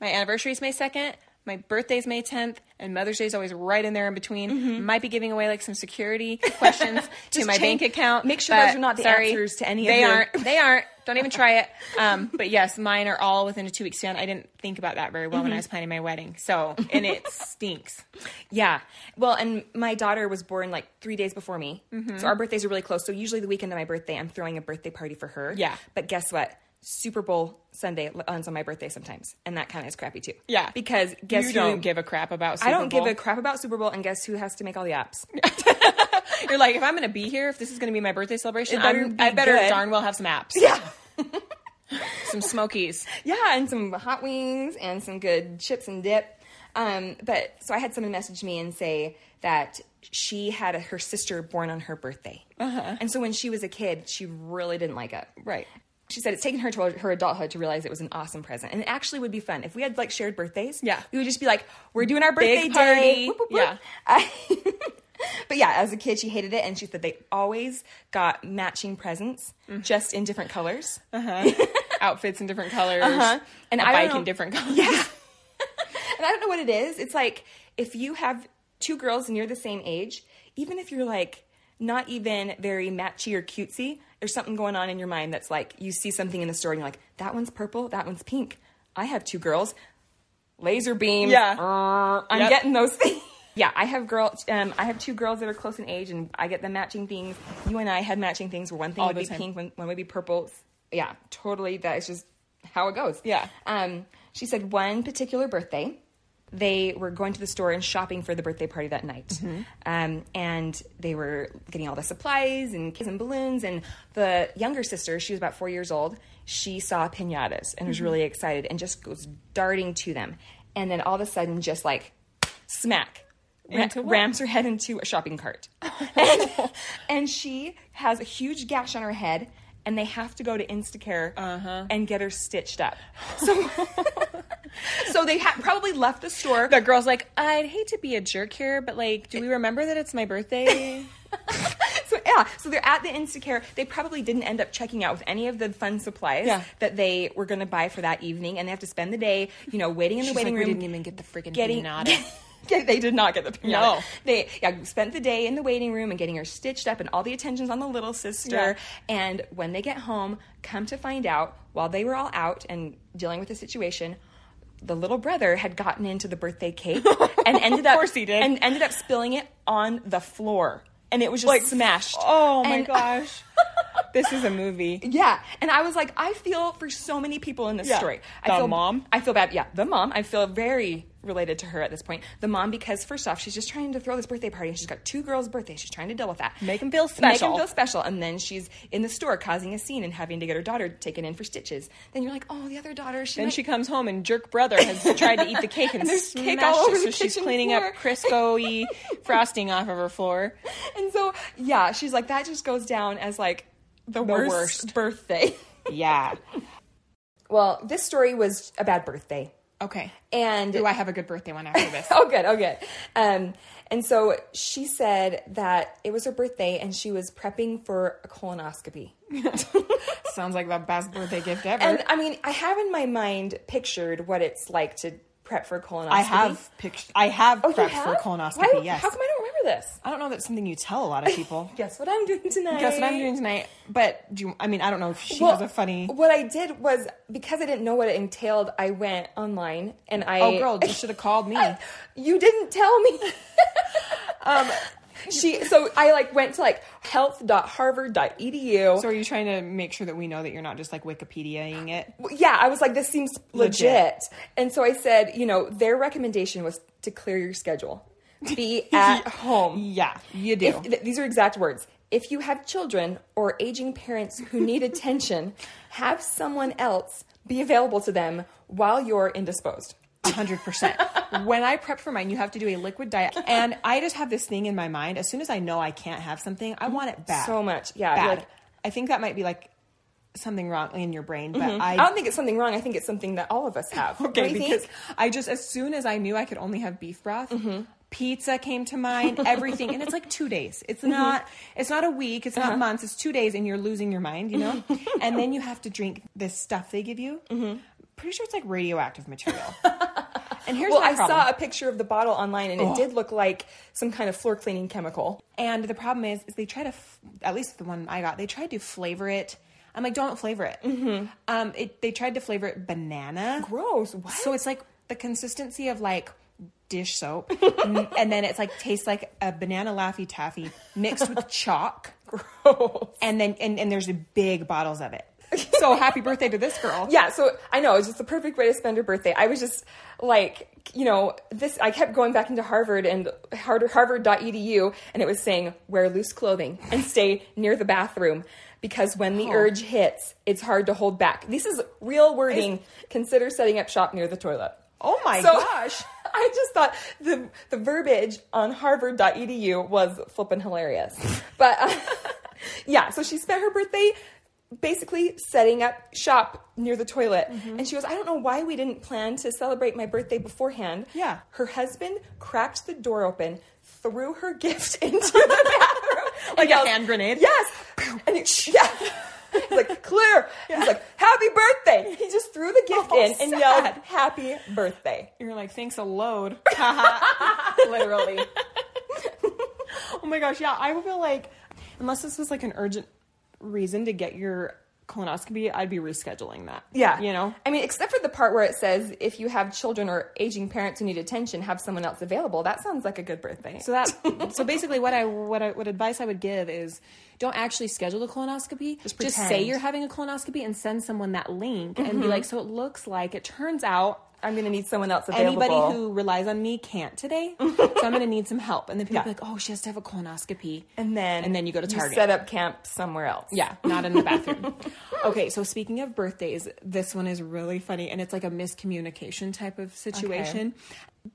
[SPEAKER 1] My anniversary's May 2nd. My birthday's May 10th, and Mother's Day is always right in there in between. Might be giving away like some security [laughs]
[SPEAKER 2] [laughs]
[SPEAKER 1] questions to
[SPEAKER 2] Mm-hmm. Just
[SPEAKER 1] my
[SPEAKER 2] change-
[SPEAKER 1] bank account.
[SPEAKER 2] make sure
[SPEAKER 1] but
[SPEAKER 2] those are not the
[SPEAKER 1] sorry,
[SPEAKER 2] answers to any of
[SPEAKER 1] They
[SPEAKER 2] your- [laughs]
[SPEAKER 1] aren't. They aren't. Don't even try it. Um, [laughs] but yes, mine are all within a two week span. I didn't think about that very well
[SPEAKER 2] Mm-hmm.
[SPEAKER 1] when I was planning my wedding. So, and
[SPEAKER 2] [laughs]
[SPEAKER 1] it stinks.
[SPEAKER 2] Yeah. Well, and my daughter was born like three days before me.
[SPEAKER 1] Mm-hmm.
[SPEAKER 2] So our birthdays are really close. So usually the weekend of my birthday, I'm throwing a birthday party for her.
[SPEAKER 1] Yeah.
[SPEAKER 2] But guess what? Super Bowl Sunday lands on my birthday sometimes. And that kind of is crappy too.
[SPEAKER 1] Yeah.
[SPEAKER 2] Because guess
[SPEAKER 1] you
[SPEAKER 2] who?
[SPEAKER 1] don't give a crap about Super
[SPEAKER 2] I don't
[SPEAKER 1] Bowl. [laughs]
[SPEAKER 2] give a crap about Super Bowl. And guess who has to make all the apps?
[SPEAKER 1] You're like, if I'm going to be here, if this is going to be my birthday celebration,
[SPEAKER 2] It better
[SPEAKER 1] I'm,
[SPEAKER 2] be
[SPEAKER 1] I better
[SPEAKER 2] good.
[SPEAKER 1] darn well have some apps.
[SPEAKER 2] Yeah.
[SPEAKER 1] Some
[SPEAKER 2] [laughs]
[SPEAKER 1] smokies.
[SPEAKER 2] Yeah. And some hot wings and some good chips and dip. Um, but so I had someone message me and say that she had a, her sister born on her birthday. Uh-huh. And so when she was a kid, she really didn't like it.
[SPEAKER 1] Right.
[SPEAKER 2] she said it's taken her to her adulthood to realize it was an awesome present, and it actually would be fun if we had like shared birthdays.
[SPEAKER 1] Yeah.
[SPEAKER 2] we would just be like, we're doing our birthday
[SPEAKER 1] Big
[SPEAKER 2] day.
[SPEAKER 1] party.
[SPEAKER 2] Whoop, whoop, whoop.
[SPEAKER 1] Yeah.
[SPEAKER 2] I- [laughs] but yeah, as a kid, she hated it, and she said they always got matching presents,
[SPEAKER 1] Mm.
[SPEAKER 2] just in different colors.
[SPEAKER 1] Outfits in different colors.
[SPEAKER 2] Uh-huh.
[SPEAKER 1] And
[SPEAKER 2] And
[SPEAKER 1] a
[SPEAKER 2] I don't
[SPEAKER 1] bike in
[SPEAKER 2] know-
[SPEAKER 1] different colors.
[SPEAKER 2] And I don't know what it is. It's like if you have two girls and you're the same age, even if you're like not even very matchy or cutesy, there's something going on in your mind that's like you see something in the store and you're like, that one's purple, that one's pink. I have two girls, laser beams.
[SPEAKER 1] Yeah.
[SPEAKER 2] Err, I'm
[SPEAKER 1] Yep.
[SPEAKER 2] getting those things. [laughs] Yeah, I have girl. Um, I have two girls that are close in age, and I get them matching things. You and I had matching things where one thing
[SPEAKER 1] All
[SPEAKER 2] would
[SPEAKER 1] the
[SPEAKER 2] be
[SPEAKER 1] time.
[SPEAKER 2] pink, one, one would be purple. Yeah, totally. That is just how it goes.
[SPEAKER 1] Yeah.
[SPEAKER 2] Um, she said one particular birthday they were going to the store and shopping for the birthday party that night. Um, and they were getting all the supplies and kids and balloons. And the younger sister, she was about four years old, she saw pinatas and was really excited and just goes darting to them. And then all of a sudden, just like smack, ra-
[SPEAKER 1] Into what?
[SPEAKER 2] rams her head into a
[SPEAKER 1] [laughs]
[SPEAKER 2] shopping cart. and, and she has a huge gash on her head. And they have to go to Instacare
[SPEAKER 1] Uh-huh.
[SPEAKER 2] and get her stitched up.
[SPEAKER 1] [laughs]
[SPEAKER 2] So, so they ha- probably left the store.
[SPEAKER 1] The girl's like, I'd hate to be a jerk here, but like,
[SPEAKER 2] [laughs]
[SPEAKER 1] do we remember that it's my birthday?
[SPEAKER 2] so yeah, so they're at the Instacare. They probably didn't end up checking out with any of the fun supplies
[SPEAKER 1] Yeah.
[SPEAKER 2] that they were going to buy for that evening, and they have to spend the day, you know, waiting in the
[SPEAKER 1] She's
[SPEAKER 2] waiting
[SPEAKER 1] like,
[SPEAKER 2] room.
[SPEAKER 1] we didn't even get the freaking
[SPEAKER 2] getting
[SPEAKER 1] pinata.
[SPEAKER 2] Yeah, they did not [laughs] get the pinata.
[SPEAKER 1] No.
[SPEAKER 2] They yeah, spent the day in the waiting room and getting her stitched up and all the attentions on the little sister.
[SPEAKER 1] Yeah.
[SPEAKER 2] And when they get home, come to find out, while they were all out and dealing with the situation, the little brother had gotten into the birthday
[SPEAKER 1] [laughs]
[SPEAKER 2] cake and ended up
[SPEAKER 1] Of course he did.
[SPEAKER 2] and ended up spilling it on the floor. And it was just smashed.
[SPEAKER 1] [laughs] Oh my
[SPEAKER 2] And- [laughs]
[SPEAKER 1] gosh. this is a movie.
[SPEAKER 2] Yeah, and I was like, I feel for so many people in this
[SPEAKER 1] Yeah.
[SPEAKER 2] story. I
[SPEAKER 1] The
[SPEAKER 2] feel,
[SPEAKER 1] mom?
[SPEAKER 2] I feel bad. Yeah, the mom. I feel very related to her at this point. The mom, because first off, she's just trying to throw this birthday party, and she's got two girls' birthdays. She's trying to deal with that.
[SPEAKER 1] Make 'em feel
[SPEAKER 2] Make them
[SPEAKER 1] special.
[SPEAKER 2] feel special, and then she's in the store causing a scene and having to get her daughter taken in for stitches. Then you're like, oh, the other daughter. She
[SPEAKER 1] Then
[SPEAKER 2] might-
[SPEAKER 1] she comes home and jerk brother has tried to eat the
[SPEAKER 2] [laughs]
[SPEAKER 1] cake and,
[SPEAKER 2] And there's
[SPEAKER 1] smashed
[SPEAKER 2] cake all over
[SPEAKER 1] it, so
[SPEAKER 2] the
[SPEAKER 1] she's
[SPEAKER 2] kitchen
[SPEAKER 1] cleaning
[SPEAKER 2] floor.
[SPEAKER 1] up
[SPEAKER 2] [laughs]
[SPEAKER 1] Crisco-y frosting off of her floor.
[SPEAKER 2] [laughs] and so yeah, she's like that. Just goes down as like the, worst
[SPEAKER 1] worst.
[SPEAKER 2] birthday. [laughs]
[SPEAKER 1] Yeah.
[SPEAKER 2] well, this story was a bad birthday,
[SPEAKER 1] Okay.
[SPEAKER 2] and
[SPEAKER 1] Do I have a good birthday one after this?
[SPEAKER 2] [laughs] oh, good. Oh, good. Um, and so she said that it was her birthday and she was prepping for
[SPEAKER 1] [laughs]
[SPEAKER 2] a colonoscopy.
[SPEAKER 1] Sounds like the best birthday gift ever.
[SPEAKER 2] And I mean, I have in my mind pictured what it's like to prep for a colonoscopy.
[SPEAKER 1] I have pict- I have
[SPEAKER 2] Oh, you
[SPEAKER 1] prepped for
[SPEAKER 2] have?
[SPEAKER 1] a colonoscopy.
[SPEAKER 2] Why-
[SPEAKER 1] yes.
[SPEAKER 2] How come I don't remember this?
[SPEAKER 1] I don't know. That's something you tell a lot of people.
[SPEAKER 2] Guess what I'm doing tonight?
[SPEAKER 1] Guess what I'm doing tonight? But do you, I mean I don't know if she has a funny.
[SPEAKER 2] What I did was because I didn't know what it entailed, I went online and I.
[SPEAKER 1] Oh, girl, you should have called me.
[SPEAKER 2] I- you didn't
[SPEAKER 1] [laughs]
[SPEAKER 2] tell me. um, she so I like went to like E health.harvard.edu.
[SPEAKER 1] So are you trying to make sure that we know that you're not just like Wikipediaing it?
[SPEAKER 2] yeah, I was like, this seems legit.
[SPEAKER 1] Legit.
[SPEAKER 2] And so I said, you know, their recommendation was to clear your schedule,
[SPEAKER 1] [laughs]
[SPEAKER 2] be at home.
[SPEAKER 1] Yeah, you do.
[SPEAKER 2] If, th- these are exact words. If you have children or aging parents
[SPEAKER 1] [laughs]
[SPEAKER 2] who need attention, have someone else be available to them while you're indisposed.
[SPEAKER 1] hundred percent. When I prep for mine, you have to do a liquid
[SPEAKER 2] [laughs]
[SPEAKER 1] diet, and I just have this thing in my mind. As soon as I know I can't have something, I want it bad.
[SPEAKER 2] So much. Yeah,
[SPEAKER 1] bad.
[SPEAKER 2] like-
[SPEAKER 1] I think that might be like something wrong in your brain, but
[SPEAKER 2] Mm-hmm. I
[SPEAKER 1] I.
[SPEAKER 2] don't think it's something wrong. I think it's something that all of us have.
[SPEAKER 1] [laughs]
[SPEAKER 2] What
[SPEAKER 1] okay,
[SPEAKER 2] do you
[SPEAKER 1] because
[SPEAKER 2] think? Mm-hmm.
[SPEAKER 1] I just as soon as I knew I could only have beef broth. Pizza came to mind, everything, and it's like two days. It's
[SPEAKER 2] Mm-hmm.
[SPEAKER 1] not, it's not a week, it's
[SPEAKER 2] Uh-huh.
[SPEAKER 1] not months, it's two days, and you're losing your mind, you know.
[SPEAKER 2] Mm-hmm.
[SPEAKER 1] and then you have to drink this stuff they give you. Pretty sure it's like radioactive
[SPEAKER 2] [laughs]
[SPEAKER 1] material. and here's
[SPEAKER 2] Well,
[SPEAKER 1] my
[SPEAKER 2] I
[SPEAKER 1] problem.
[SPEAKER 2] saw a picture of the bottle online and it did look like some kind of floor cleaning chemical.
[SPEAKER 1] And the problem is, is they try to, f- at least the one I got, they tried to flavor it. I'm like, don't flavor it.
[SPEAKER 2] Mm-hmm.
[SPEAKER 1] Um, it they tried to flavor it banana.
[SPEAKER 2] Gross. What?
[SPEAKER 1] So it's like the consistency of like dish [laughs] soap, N- and then it's like tastes like a banana laffy taffy mixed [laughs] with chalk.
[SPEAKER 2] Gross.
[SPEAKER 1] And then and, and there's big bottles of [laughs] it. So happy birthday to this girl.
[SPEAKER 2] yeah so i know it's just the perfect way to spend her birthday i was just like you know this i kept going back into harvard and Harvard harvard.edu and it was saying wear loose clothing and stay near the bathroom because when the urge hits it's hard to hold back this is real wording consider setting up shop near the toilet
[SPEAKER 1] Oh my
[SPEAKER 2] so
[SPEAKER 1] gosh.
[SPEAKER 2] [laughs] i just thought the the verbiage on harvard.edu was flippin'
[SPEAKER 1] [laughs]
[SPEAKER 2] hilarious but uh, [laughs] yeah so she spent her birthday basically setting up shop near the toilet
[SPEAKER 1] Mm-hmm.
[SPEAKER 2] and she goes i don't know why we didn't plan to celebrate my birthday beforehand
[SPEAKER 1] Yeah.
[SPEAKER 2] her husband cracked the door open threw her [laughs] gift into the
[SPEAKER 1] [laughs]
[SPEAKER 2] bathroom
[SPEAKER 1] Like
[SPEAKER 2] And
[SPEAKER 1] a
[SPEAKER 2] yelled,
[SPEAKER 1] hand grenade?
[SPEAKER 2] yes and it, yeah He's like clear. He's like happy birthday. He just threw the gift
[SPEAKER 1] Oh,
[SPEAKER 2] in and yelled
[SPEAKER 1] sad.
[SPEAKER 2] happy birthday.
[SPEAKER 1] You're like, thanks a load. Haha. Literally. [laughs] oh my gosh, yeah. I feel like, unless this was like an urgent reason to get your colonoscopy, I'd be rescheduling that.
[SPEAKER 2] [laughs] Yeah.
[SPEAKER 1] You know?
[SPEAKER 2] I mean, except for the part where it says if you have children or aging parents who need attention, have someone else available. That sounds like a good birthday.
[SPEAKER 1] So
[SPEAKER 2] [laughs]
[SPEAKER 1] that so basically what I what I, what advice I would give is don't actually schedule a colonoscopy. Just, say
[SPEAKER 2] pretend. Mm-hmm.
[SPEAKER 1] you're having a colonoscopy and send someone that link and be like, so it looks like it turns out
[SPEAKER 2] I'm going to need someone else available.
[SPEAKER 1] Anybody who relies on me can't
[SPEAKER 2] [laughs]
[SPEAKER 1] today, so I'm going to need some help. And then people
[SPEAKER 2] Yeah.
[SPEAKER 1] be like, oh, she has to have a colonoscopy.
[SPEAKER 2] and then
[SPEAKER 1] and then you go to Target.
[SPEAKER 2] set up camp somewhere else.
[SPEAKER 1] Yeah, not in the [laughs] bathroom. okay, so speaking of birthdays, this one is really funny and it's like a miscommunication type of situation.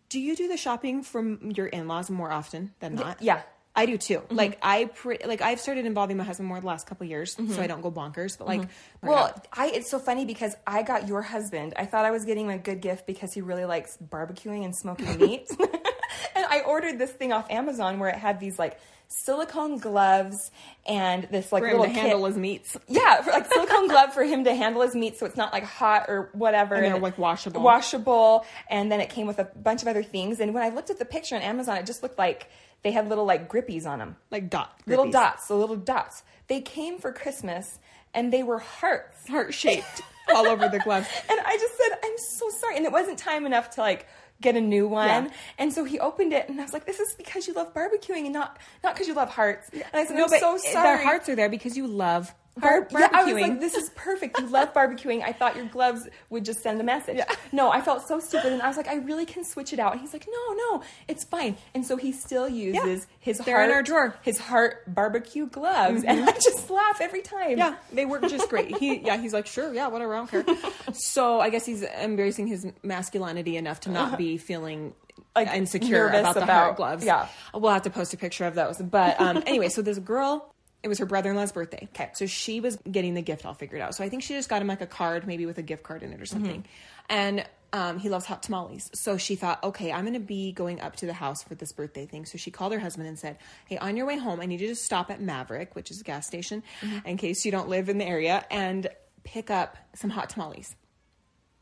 [SPEAKER 1] Do you do the shopping from your in-laws more often than not?
[SPEAKER 2] yeah.
[SPEAKER 1] I do too. Like I pre- like I've started involving my husband more the last couple years so I don't go bonkers, but like we're
[SPEAKER 2] Well,
[SPEAKER 1] not-
[SPEAKER 2] I it's so funny because I got your husband. I thought I was getting him a good gift because he really likes barbecuing
[SPEAKER 1] [laughs]
[SPEAKER 2] and smoking meat. [laughs] and I ordered this thing off Amazon where it had these like silicone gloves and this like
[SPEAKER 1] for him
[SPEAKER 2] little
[SPEAKER 1] to
[SPEAKER 2] kit-
[SPEAKER 1] handle his meats.
[SPEAKER 2] Yeah, for like silicone glove for him to handle his meat so it's not like hot or whatever.
[SPEAKER 1] And they're,
[SPEAKER 2] it-
[SPEAKER 1] like, washable.
[SPEAKER 2] Washable. And then it came with a bunch of other things. And when I looked at the picture on Amazon, it just looked like they had little like grippies on them.
[SPEAKER 1] Like dot
[SPEAKER 2] Little
[SPEAKER 1] grippies.
[SPEAKER 2] dots, the little dots. They came for Christmas and they were hearts.
[SPEAKER 1] heart shaped all over the gloves.
[SPEAKER 2] And I just said, I'm so sorry. And it wasn't time enough to like get a new one.
[SPEAKER 1] Yeah.
[SPEAKER 2] And so he opened it and I was like, this is because you love barbecuing and not not because you love hearts. And I
[SPEAKER 1] [laughs]
[SPEAKER 2] said,
[SPEAKER 1] No,
[SPEAKER 2] I'm
[SPEAKER 1] but
[SPEAKER 2] so sorry.
[SPEAKER 1] their hearts are there because you love
[SPEAKER 2] Bar-
[SPEAKER 1] bar-
[SPEAKER 2] yeah, I was
[SPEAKER 1] barbecuing.
[SPEAKER 2] like, this is perfect. You love barbecuing. I thought your gloves would just send a message. No, I felt so stupid. And I was like, I really can switch it out. And he's like, no, no, it's fine. And so he still uses his
[SPEAKER 1] They're
[SPEAKER 2] heart,
[SPEAKER 1] in our drawer. Mm-hmm.
[SPEAKER 2] his heart barbecue gloves. And I just laugh every time.
[SPEAKER 1] Yeah, they work just great. He, [laughs] yeah, he's like, sure, yeah, whatever, I don't care. so I guess he's embracing his masculinity enough to not be feeling
[SPEAKER 2] Like,
[SPEAKER 1] insecure
[SPEAKER 2] nervous
[SPEAKER 1] about the
[SPEAKER 2] about-
[SPEAKER 1] heart gloves.
[SPEAKER 2] yeah.
[SPEAKER 1] we'll have to post a picture of those. But um, [laughs] anyway, so this girl. It was her brother-in-law's birthday. Okay, so she was getting the gift all figured out. So I think she just got him like a card, maybe with a gift card in it or
[SPEAKER 2] Mm-hmm.
[SPEAKER 1] something. And um, he loves hot tamales, so she thought, okay, I'm gonna be going up to the house for this birthday thing. So she called her husband and said, hey, on your way home, I need you to stop at Maverick, which is a gas station,
[SPEAKER 2] Mm-hmm.
[SPEAKER 1] in case you don't live in the area, and pick up some hot tamales.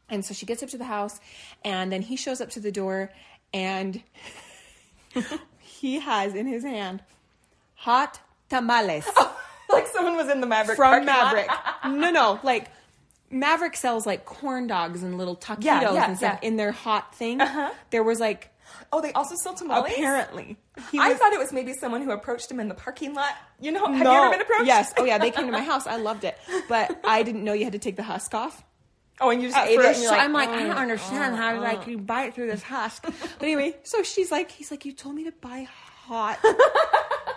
[SPEAKER 1] And so she gets up to the house, and then he shows up to the door, and [laughs] he has in his hand hot tamales
[SPEAKER 2] like someone was in the Maverick
[SPEAKER 1] from
[SPEAKER 2] Oh, parking lot.
[SPEAKER 1] Maverick. no,
[SPEAKER 2] [laughs]
[SPEAKER 1] no, like Maverick sells like corn dogs and little taquitos
[SPEAKER 2] Yeah, yeah,
[SPEAKER 1] and stuff
[SPEAKER 2] yeah. Uh-huh.
[SPEAKER 1] in their hot thing. There was like
[SPEAKER 2] Oh, they also sell tamales?
[SPEAKER 1] apparently he
[SPEAKER 2] I
[SPEAKER 1] was-
[SPEAKER 2] thought it was maybe someone who approached him in the parking lot. You know, have
[SPEAKER 1] no.
[SPEAKER 2] you ever been approached?
[SPEAKER 1] Yes. Oh yeah, they came to
[SPEAKER 2] [laughs]
[SPEAKER 1] my house. I loved it, but I didn't know you had to take the husk off.
[SPEAKER 2] Oh, and you just
[SPEAKER 1] at
[SPEAKER 2] ate it.
[SPEAKER 1] first.
[SPEAKER 2] And you're
[SPEAKER 1] So
[SPEAKER 2] like,
[SPEAKER 1] I'm like, "Oh, "Ah."
[SPEAKER 2] "Mm."
[SPEAKER 1] I don't understand how like you bite through this husk. But anyway, so she's like, he's like, you told me to buy [laughs] hot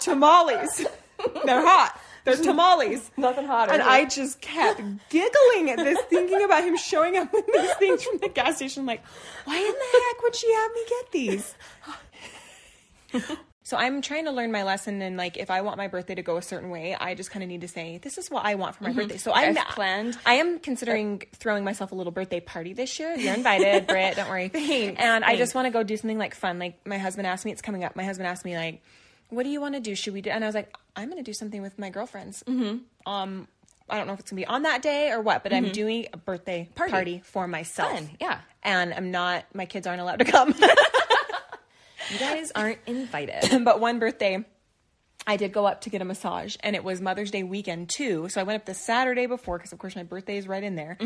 [SPEAKER 1] tamales. They're hot. They're tamales.
[SPEAKER 2] Nothing hotter.
[SPEAKER 1] And I just kept giggling at this, thinking about him showing up with these things from the gas station. Like, why in the heck would she have me get these? So I'm trying to learn my lesson, and like, if I want my birthday to go a certain way, I just kind of need to say, "This is what I want for my birthday." So I'm
[SPEAKER 2] I've planned.
[SPEAKER 1] I am considering throwing myself a little birthday party this year. You're invited, Britt. Don't worry.
[SPEAKER 2] Thanks,
[SPEAKER 1] And I just
[SPEAKER 2] thanks.
[SPEAKER 1] want to go do something like fun. Like my husband asked me, it's coming up. My husband asked me like, "What do you want to do? Should we do?" And I was like, "I'm going to do something with my girlfriends."
[SPEAKER 2] Mm-hmm.
[SPEAKER 1] Um, I don't know if it's going to be on that day or what, but I'm doing a birthday party, for myself.
[SPEAKER 2] Fun, yeah.
[SPEAKER 1] And I'm not. My kids aren't allowed to come.
[SPEAKER 2] you guys aren't
[SPEAKER 1] [laughs]
[SPEAKER 2] invited.
[SPEAKER 1] but one birthday I did go up to get a massage, and it was Mother's Day weekend too. So I went up the Saturday before because, of course, my birthday is right in there.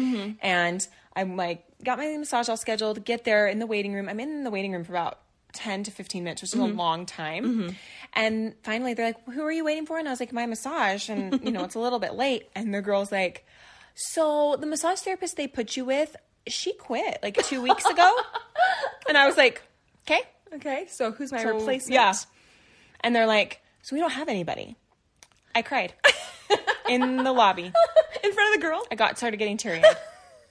[SPEAKER 1] And I'm like, got my massage all scheduled. Get there in the waiting room. I'm in the waiting room for about ten to fifteen minutes, which is a long time. And finally, they're like, "Who are you waiting for?" And I was like, "My massage." And you know, it's a little bit late. And the girl's like, "So the massage therapist they put you with, she quit like two weeks ago." and I was like, "Okay."
[SPEAKER 2] okay, so who's my
[SPEAKER 1] So,
[SPEAKER 2] replacement?
[SPEAKER 1] Yeah. And they're like, so we don't have anybody. I cried
[SPEAKER 2] [laughs]
[SPEAKER 1] in the lobby.
[SPEAKER 2] In front of the girl?
[SPEAKER 1] I got started getting teary eyed.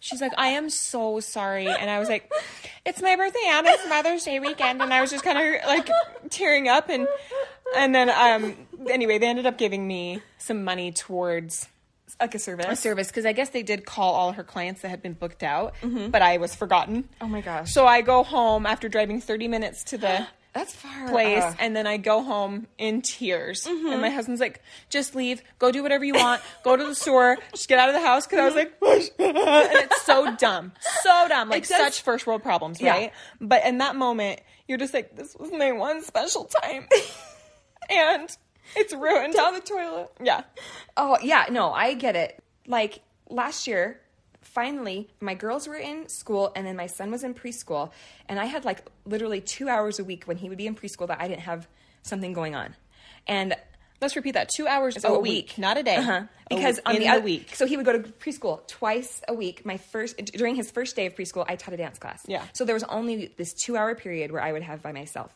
[SPEAKER 1] She's like, I am so sorry. And I was like, it's my birthday and it's Mother's Day weekend. And I was just kind of like tearing up. And, and then, um, anyway, they ended up giving me some money towards
[SPEAKER 2] Like a service.
[SPEAKER 1] a service because I guess they did call all her clients that had been booked out, but I was forgotten.
[SPEAKER 2] Mm-hmm. Oh my gosh.
[SPEAKER 1] So I go home after driving 30 minutes to
[SPEAKER 2] [gasps]
[SPEAKER 1] the
[SPEAKER 2] That's far.
[SPEAKER 1] place
[SPEAKER 2] Ugh.
[SPEAKER 1] and then I go home in tears. And my husband's like, just leave, go do whatever you want, go to the store, just get out of the house. Cause I was like, and it's so dumb, so dumb, like
[SPEAKER 2] does-
[SPEAKER 1] such first world problems,
[SPEAKER 2] Yeah.
[SPEAKER 1] right? But in that moment, you're just like, this was my one special time. [laughs] and it's ruined.
[SPEAKER 2] down the toilet.
[SPEAKER 1] Yeah.
[SPEAKER 2] Oh, yeah, no, I get it. Like last year, finally, my girls were in school and then my son was in preschool. And I had like literally two hours a week when he would be in preschool that I didn't have something going on. And
[SPEAKER 1] Let's repeat that. Two hours a,
[SPEAKER 2] a
[SPEAKER 1] week,
[SPEAKER 2] week.
[SPEAKER 1] not a day.
[SPEAKER 2] Uh-huh.
[SPEAKER 1] A
[SPEAKER 2] Because
[SPEAKER 1] week-
[SPEAKER 2] on
[SPEAKER 1] in
[SPEAKER 2] the, other
[SPEAKER 1] week.
[SPEAKER 2] so he would go to preschool twice a week. My first during his first day of preschool, I taught a dance class.
[SPEAKER 1] Yeah.
[SPEAKER 2] So there was only this two-hour period where I would have by myself,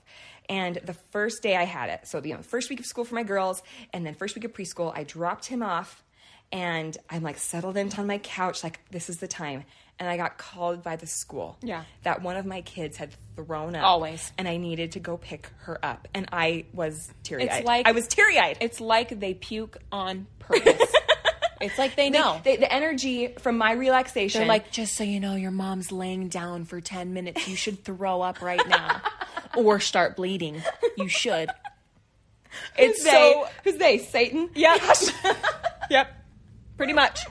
[SPEAKER 2] and the first day I had it. So you know, first week of school for my girls, and then first week of preschool, I dropped him off, and I'm like settled in on my couch, like this is the time. And I got called by the school.
[SPEAKER 1] Yeah.
[SPEAKER 2] That one of my kids had thrown up.
[SPEAKER 1] Always.
[SPEAKER 2] And I needed to go pick her up. And I was teary eyed.
[SPEAKER 1] like-
[SPEAKER 2] I was teary eyed.
[SPEAKER 1] It's like they puke on [laughs] purpose. it's like they
[SPEAKER 2] They-
[SPEAKER 1] know.
[SPEAKER 2] they- the energy from my relaxation.
[SPEAKER 1] They're like, just so you know, your mom's laying down for 10 minutes. You should throw up right [laughs] now or start bleeding. You should.
[SPEAKER 2] it's
[SPEAKER 1] they-
[SPEAKER 2] so who's they? Satan.
[SPEAKER 1] [laughs] Yep. [laughs] yep. Pretty much.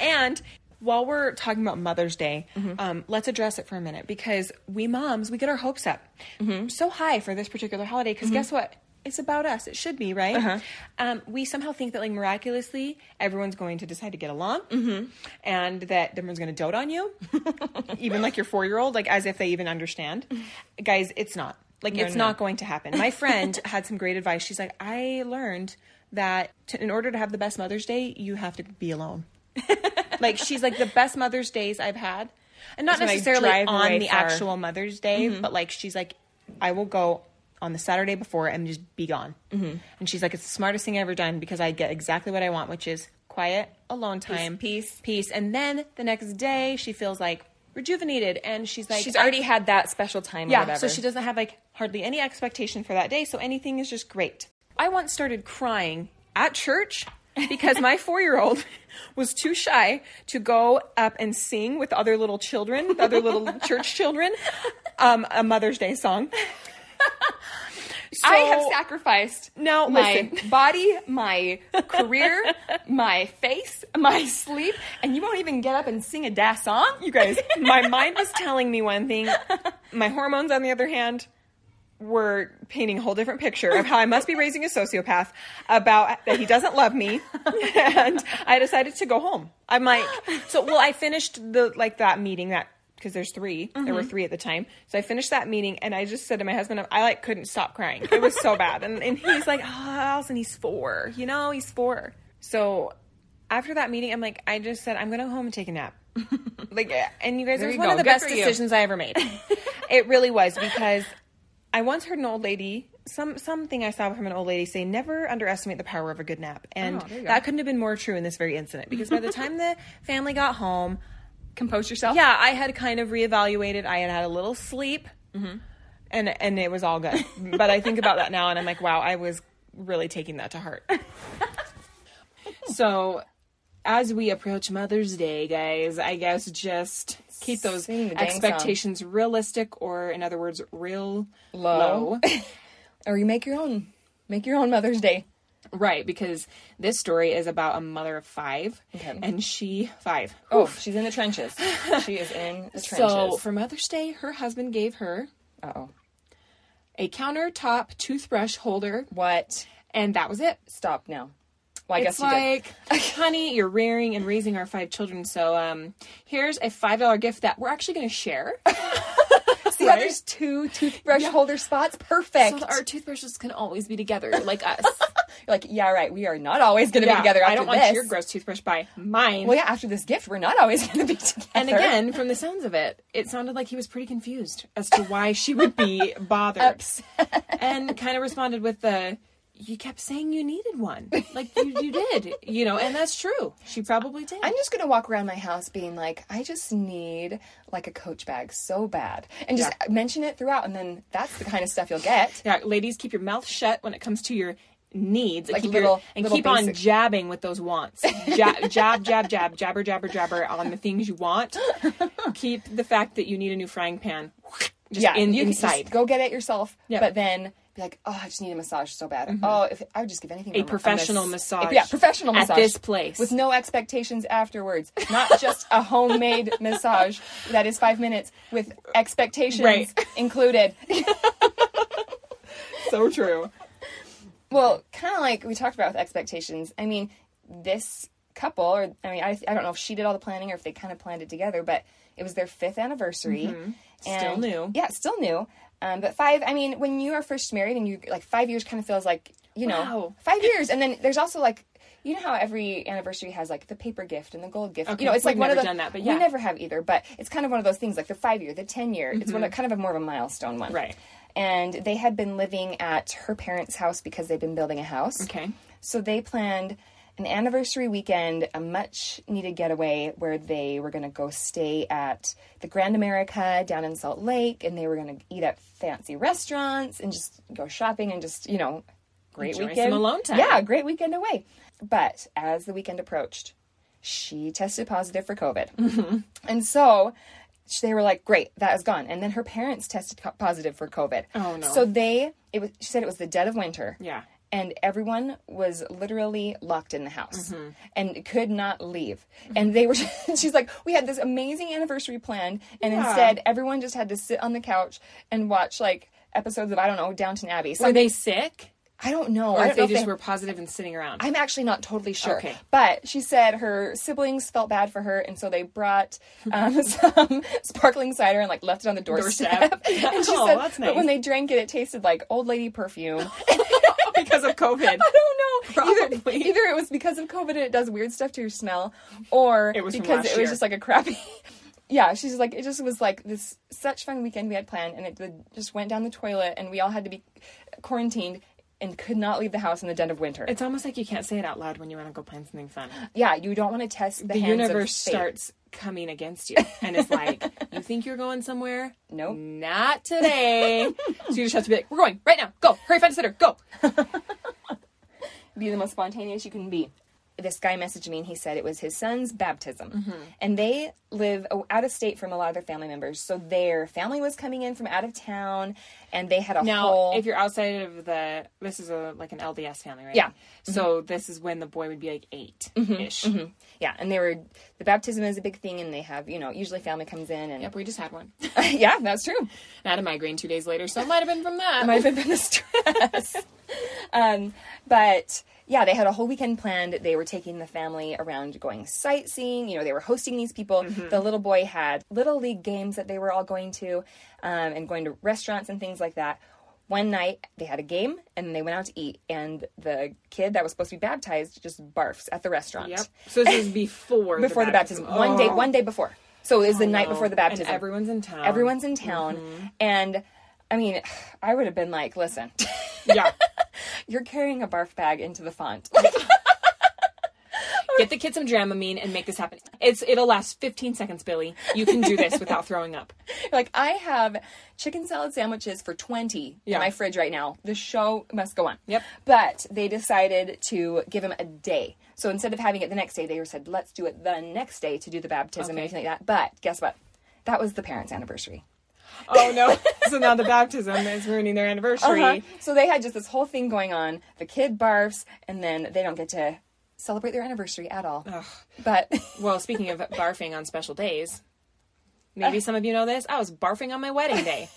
[SPEAKER 1] And while we're talking about Mother's Day, um, let's address it for a minute because we moms, we get our hopes up so high for this particular holiday because guess what? It's about us. It should be, right? Um, we somehow think that, like, miraculously, everyone's going to decide to get along and that everyone's going to dote on you, even like your four year old, like, as if they even understand. Guys, it's not. Like, it's
[SPEAKER 2] no.
[SPEAKER 1] not going to happen. My friend [laughs] had some great advice. She's like, I learned that to, in order to have the best Mother's Day, you have to be
[SPEAKER 2] [laughs]
[SPEAKER 1] alone. like she's like the best Mother's Days I've had, and not
[SPEAKER 2] when I
[SPEAKER 1] necessarily
[SPEAKER 2] drive
[SPEAKER 1] on
[SPEAKER 2] away
[SPEAKER 1] the
[SPEAKER 2] far.
[SPEAKER 1] actual Mother's Day,
[SPEAKER 2] Mm-hmm.
[SPEAKER 1] but like she's like, I will go on the Saturday before and just be gone.
[SPEAKER 2] Mm-hmm.
[SPEAKER 1] And she's like, it's the smartest thing I've ever done because I get exactly what I want, which is quiet, alone time,
[SPEAKER 2] peace.
[SPEAKER 1] peace. And then the next day, she feels like rejuvenated, and she's like,
[SPEAKER 2] She's
[SPEAKER 1] I-
[SPEAKER 2] already had that special time.
[SPEAKER 1] yeah,
[SPEAKER 2] or whatever.
[SPEAKER 1] so she doesn't have like hardly any expectation for that day, so anything is just great. I once started crying at church because
[SPEAKER 2] [laughs]
[SPEAKER 1] my four year old was too shy to go up and sing with other little children, with other
[SPEAKER 2] [laughs]
[SPEAKER 1] little church children, um, a Mother's Day song.
[SPEAKER 2] I have
[SPEAKER 1] So-
[SPEAKER 2] sacrificed
[SPEAKER 1] No,
[SPEAKER 2] my [laughs]
[SPEAKER 1] listen.
[SPEAKER 2] body, my career, my face, my sleep, and you won't even get up and sing a da song.
[SPEAKER 1] You guys,
[SPEAKER 2] [laughs]
[SPEAKER 1] my mind was telling me one thing. My hormones, on the other hand, were painting a whole different picture of how I must be raising a sociopath about that he doesn't love me. [laughs] And I decided to go home. I'm like, so, well, I finished the, like, that meeting that, because there's 3 there were three at the time. So I finished that meeting and I just said to my husband, I like couldn't stop crying. It was so bad. And, and he's like, oh, Allison, he's four. You know, he's four. So after that meeting, I'm like, I just said, I'm going to go home and take a
[SPEAKER 2] [laughs]
[SPEAKER 1] nap. like, and you guys, it was
[SPEAKER 2] you
[SPEAKER 1] one
[SPEAKER 2] go.
[SPEAKER 1] of the
[SPEAKER 2] Good
[SPEAKER 1] best
[SPEAKER 2] for you.
[SPEAKER 1] decisions I ever
[SPEAKER 2] [laughs]
[SPEAKER 1] made. it really was because I once heard an old lady, some something I saw from an old lady say, never underestimate the power of a good nap. And
[SPEAKER 2] Oh, there you go.
[SPEAKER 1] that couldn't have been more true in this very incident because by the time
[SPEAKER 2] [laughs]
[SPEAKER 1] the family got home,
[SPEAKER 2] Compose yourself.
[SPEAKER 1] yeah, I had kind of reevaluated. I had had a little sleep,
[SPEAKER 2] Mm-hmm.
[SPEAKER 1] and and it was all
[SPEAKER 2] [laughs]
[SPEAKER 1] good. but I think about that now, and I'm like, wow, I was really taking that to
[SPEAKER 2] [laughs]
[SPEAKER 1] heart. so, as we approach Mother's Day, guys, I guess just keep those
[SPEAKER 2] Sing the dang song.
[SPEAKER 1] expectations realistic, or in other words, real
[SPEAKER 2] [laughs] Low.
[SPEAKER 1] low.
[SPEAKER 2] Or you make your own. Make your own Mother's Day.
[SPEAKER 1] right? Because this story is about a mother of five,
[SPEAKER 2] Okay.
[SPEAKER 1] and she five.
[SPEAKER 2] Oh, she's in the trenches. She is [laughs] in the trenches.
[SPEAKER 1] So for Mother's Day, her husband gave her
[SPEAKER 2] oh.
[SPEAKER 1] a countertop toothbrush holder,
[SPEAKER 2] What?
[SPEAKER 1] and that was it.
[SPEAKER 2] Stop now. Well, I
[SPEAKER 1] It's
[SPEAKER 2] guess you did.
[SPEAKER 1] like,
[SPEAKER 2] [laughs]
[SPEAKER 1] honey, you're rearing and raising our five children, so um, here's a five dollar gift that we're actually going to share.
[SPEAKER 2] [laughs] See how there's two toothbrush holder spots? Perfect.
[SPEAKER 1] so that our toothbrushes can always be together, like
[SPEAKER 2] [laughs]
[SPEAKER 1] us.
[SPEAKER 2] You're like, yeah, right. We are not always going to
[SPEAKER 1] Yeah,
[SPEAKER 2] be together after
[SPEAKER 1] I don't
[SPEAKER 2] this.
[SPEAKER 1] want your gross toothbrush by mine.
[SPEAKER 2] well, yeah, after this gift, we're not always going to be [laughs] together.
[SPEAKER 1] and again, from the sounds of it, it sounded like he was pretty confused as to why she would be
[SPEAKER 2] [laughs]
[SPEAKER 1] bothered, and kind of responded with the. You kept saying you needed one. Like you, you did, you know, and that's true. She probably did.
[SPEAKER 2] I'm just going to walk around my house being like, I just need like a coach bag so bad. And just mention it throughout. And then that's the kind of stuff you'll get.
[SPEAKER 1] Yeah, ladies, keep your mouth shut when it comes to your needs. and
[SPEAKER 2] Like
[SPEAKER 1] keep your,
[SPEAKER 2] little-
[SPEAKER 1] and
[SPEAKER 2] little
[SPEAKER 1] keep on
[SPEAKER 2] basic-
[SPEAKER 1] jabbing with those [laughs] wants. Jab, jab, jab, jab, jabber, jabber, jabber on the things you [laughs] want. keep the fact that you need a new frying pan just in,
[SPEAKER 2] you can just
[SPEAKER 1] inside.
[SPEAKER 2] go get it yourself.
[SPEAKER 1] Yeah.
[SPEAKER 2] But then be like, oh, I just need a massage so bad. Oh, if, I would just give anything.
[SPEAKER 1] A
[SPEAKER 2] for
[SPEAKER 1] professional
[SPEAKER 2] a mas-
[SPEAKER 1] massage
[SPEAKER 2] yeah, professional
[SPEAKER 1] at
[SPEAKER 2] massage
[SPEAKER 1] this place.
[SPEAKER 2] with no expectations afterwards. Not just a homemade [laughs] massage that is five minutes with expectations
[SPEAKER 1] Right.
[SPEAKER 2] included.
[SPEAKER 1] [laughs] so true.
[SPEAKER 2] Well, kind of like we talked about with expectations. I mean, this couple, or I mean, I, I don't know if she did all the planning or if they kind of planned it together, but it was their fifth anniversary.
[SPEAKER 1] Mm-hmm. Still new.
[SPEAKER 2] Yeah, still new. Um, but five, I mean, when you are first married and you like five years kind of feels like, you know,
[SPEAKER 1] Wow.
[SPEAKER 2] five years. And then there's also like, you know how every anniversary has like the paper gift and the gold gift.
[SPEAKER 1] Okay,
[SPEAKER 2] You know, it's like
[SPEAKER 1] we've
[SPEAKER 2] one of
[SPEAKER 1] never
[SPEAKER 2] the
[SPEAKER 1] done that, but
[SPEAKER 2] we
[SPEAKER 1] yeah.
[SPEAKER 2] never have either. But it's kind of one of those things like the five year, the ten year. It's one of, kind of a more of a milestone one,
[SPEAKER 1] Mm-hmm. Right.
[SPEAKER 2] And they had been living at her parents' house because they'd been building a house.
[SPEAKER 1] Okay.
[SPEAKER 2] So they planned an anniversary weekend, a much needed getaway where they were going to go stay at the Grand America down in Salt Lake and they were going to eat at fancy restaurants and just go shopping and just, you know, great
[SPEAKER 1] Enjoy
[SPEAKER 2] weekend.
[SPEAKER 1] some alone time.
[SPEAKER 2] Yeah, great weekend away. But as the weekend approached, she tested positive for COVID.
[SPEAKER 1] Mm-hmm.
[SPEAKER 2] And so sh- they were like, great, that is gone. And then her parents tested co- positive for COVID.
[SPEAKER 1] Oh, no.
[SPEAKER 2] So they, it was, she said it was the dead of winter.
[SPEAKER 1] Yeah.
[SPEAKER 2] And everyone was literally locked in the house
[SPEAKER 1] Mm-hmm.
[SPEAKER 2] and could not leave. And they were, [laughs] she's like, we had this amazing anniversary planned. And
[SPEAKER 1] Yeah.
[SPEAKER 2] instead, everyone just had to sit on the couch and watch like episodes of, I don't know, Downton Abbey. So
[SPEAKER 1] Were they sick?
[SPEAKER 2] I don't know.
[SPEAKER 1] Or if
[SPEAKER 2] I don't know
[SPEAKER 1] they
[SPEAKER 2] if
[SPEAKER 1] just
[SPEAKER 2] they-
[SPEAKER 1] were positive and sitting around?
[SPEAKER 2] I'm actually not totally sure.
[SPEAKER 1] Okay.
[SPEAKER 2] But she said her siblings felt bad for her, and so
[SPEAKER 1] [laughs]
[SPEAKER 2] they brought um, [laughs] some sparkling cider and like left it on the doorstep.
[SPEAKER 1] Doorstep.
[SPEAKER 2] [laughs] and she
[SPEAKER 1] Oh,
[SPEAKER 2] said,
[SPEAKER 1] that's
[SPEAKER 2] but when
[SPEAKER 1] nice.
[SPEAKER 2] they drank it, it tasted like old
[SPEAKER 1] [laughs]
[SPEAKER 2] lady perfume.
[SPEAKER 1] because of [laughs] COVID.
[SPEAKER 2] [laughs] I don't know. Either,
[SPEAKER 1] Probably.
[SPEAKER 2] either it was because of COVID and it does weird stuff to your smell, or
[SPEAKER 1] It was from
[SPEAKER 2] because
[SPEAKER 1] last
[SPEAKER 2] it
[SPEAKER 1] year.
[SPEAKER 2] was just like a crappy. [laughs] yeah, she's like, it just was like this such fun weekend we had planned, and it the, just went down the toilet, and we all had to be quarantined and could not leave the house in the dead of winter.
[SPEAKER 1] It's almost like you can't say it out loud when you want to go plan something fun.
[SPEAKER 2] yeah, you don't want to test the,
[SPEAKER 1] The
[SPEAKER 2] hands
[SPEAKER 1] universe
[SPEAKER 2] of fate.
[SPEAKER 1] starts coming against you and it's like, you think you're going somewhere?
[SPEAKER 2] Nope.
[SPEAKER 1] Not today. [laughs] so you just have to be like, we're going right now. Go. Hurry, find a sitter. Go.
[SPEAKER 2] be the most spontaneous you can be. This guy messaged me and he said it was his son's baptism.
[SPEAKER 1] Mm-hmm.
[SPEAKER 2] And they live o- out of state from a lot of their family members. So their family was coming in from out of town and they had a
[SPEAKER 1] Now,
[SPEAKER 2] whole.
[SPEAKER 1] if you're outside of the, this is a like an LDS family, right?
[SPEAKER 2] Yeah.
[SPEAKER 1] So this is when the boy would be like 8 ish.
[SPEAKER 2] yeah, and they were. The baptism is a big thing and they have, you know, usually family comes in and.
[SPEAKER 1] Yep, we just had one.
[SPEAKER 2] [laughs]
[SPEAKER 1] [laughs]
[SPEAKER 2] yeah, that's true.
[SPEAKER 1] I had a migraine two days later, so it might have been from that.
[SPEAKER 2] might have been the [laughs] stress. um, but yeah, they had a whole weekend planned. They were taking the family around going sightseeing. You know, they were hosting these people.
[SPEAKER 1] Mm-hmm.
[SPEAKER 2] The little boy had little league games that they were all going to um, and going to restaurants and things like that. One night they had a game and they went out to eat, and the kid that was supposed to be baptized just barfs at the restaurant
[SPEAKER 1] Yep. So this is before
[SPEAKER 2] before the baptism. One day,
[SPEAKER 1] Oh.
[SPEAKER 2] one day before. So it was the night
[SPEAKER 1] no.
[SPEAKER 2] before the
[SPEAKER 1] And
[SPEAKER 2] baptism.
[SPEAKER 1] everyone's in town. Mm-hmm.
[SPEAKER 2] Everyone's in town, and I mean, [sighs] I would have been like, "Listen, [laughs]
[SPEAKER 1] [laughs] Yeah.
[SPEAKER 2] You're carrying a barf bag into the font. [laughs]
[SPEAKER 1] Get the kid some Dramamine and make this happen. It's it'll last 15 seconds, Billy. You can do this without throwing up.
[SPEAKER 2] like I have chicken salad sandwiches for 20
[SPEAKER 1] Yeah.
[SPEAKER 2] in my fridge right now. The show must go on.
[SPEAKER 1] Yep.
[SPEAKER 2] But they decided to give him a day. So instead of having it the next day, they said, "Let's do it the next day to do the baptism and
[SPEAKER 1] Okay.
[SPEAKER 2] everything like that." But guess what? That was the parents' anniversary.
[SPEAKER 1] [laughs] Oh no! [laughs] so now the baptism is ruining their anniversary.
[SPEAKER 2] Uh-huh. So they had just this whole thing going on. The kid barfs, and then they don't get to celebrate their anniversary at all. But [laughs]
[SPEAKER 1] Well, speaking of barfing on special days, maybe some of you know this. I was barfing on my wedding
[SPEAKER 2] [laughs]
[SPEAKER 1] day.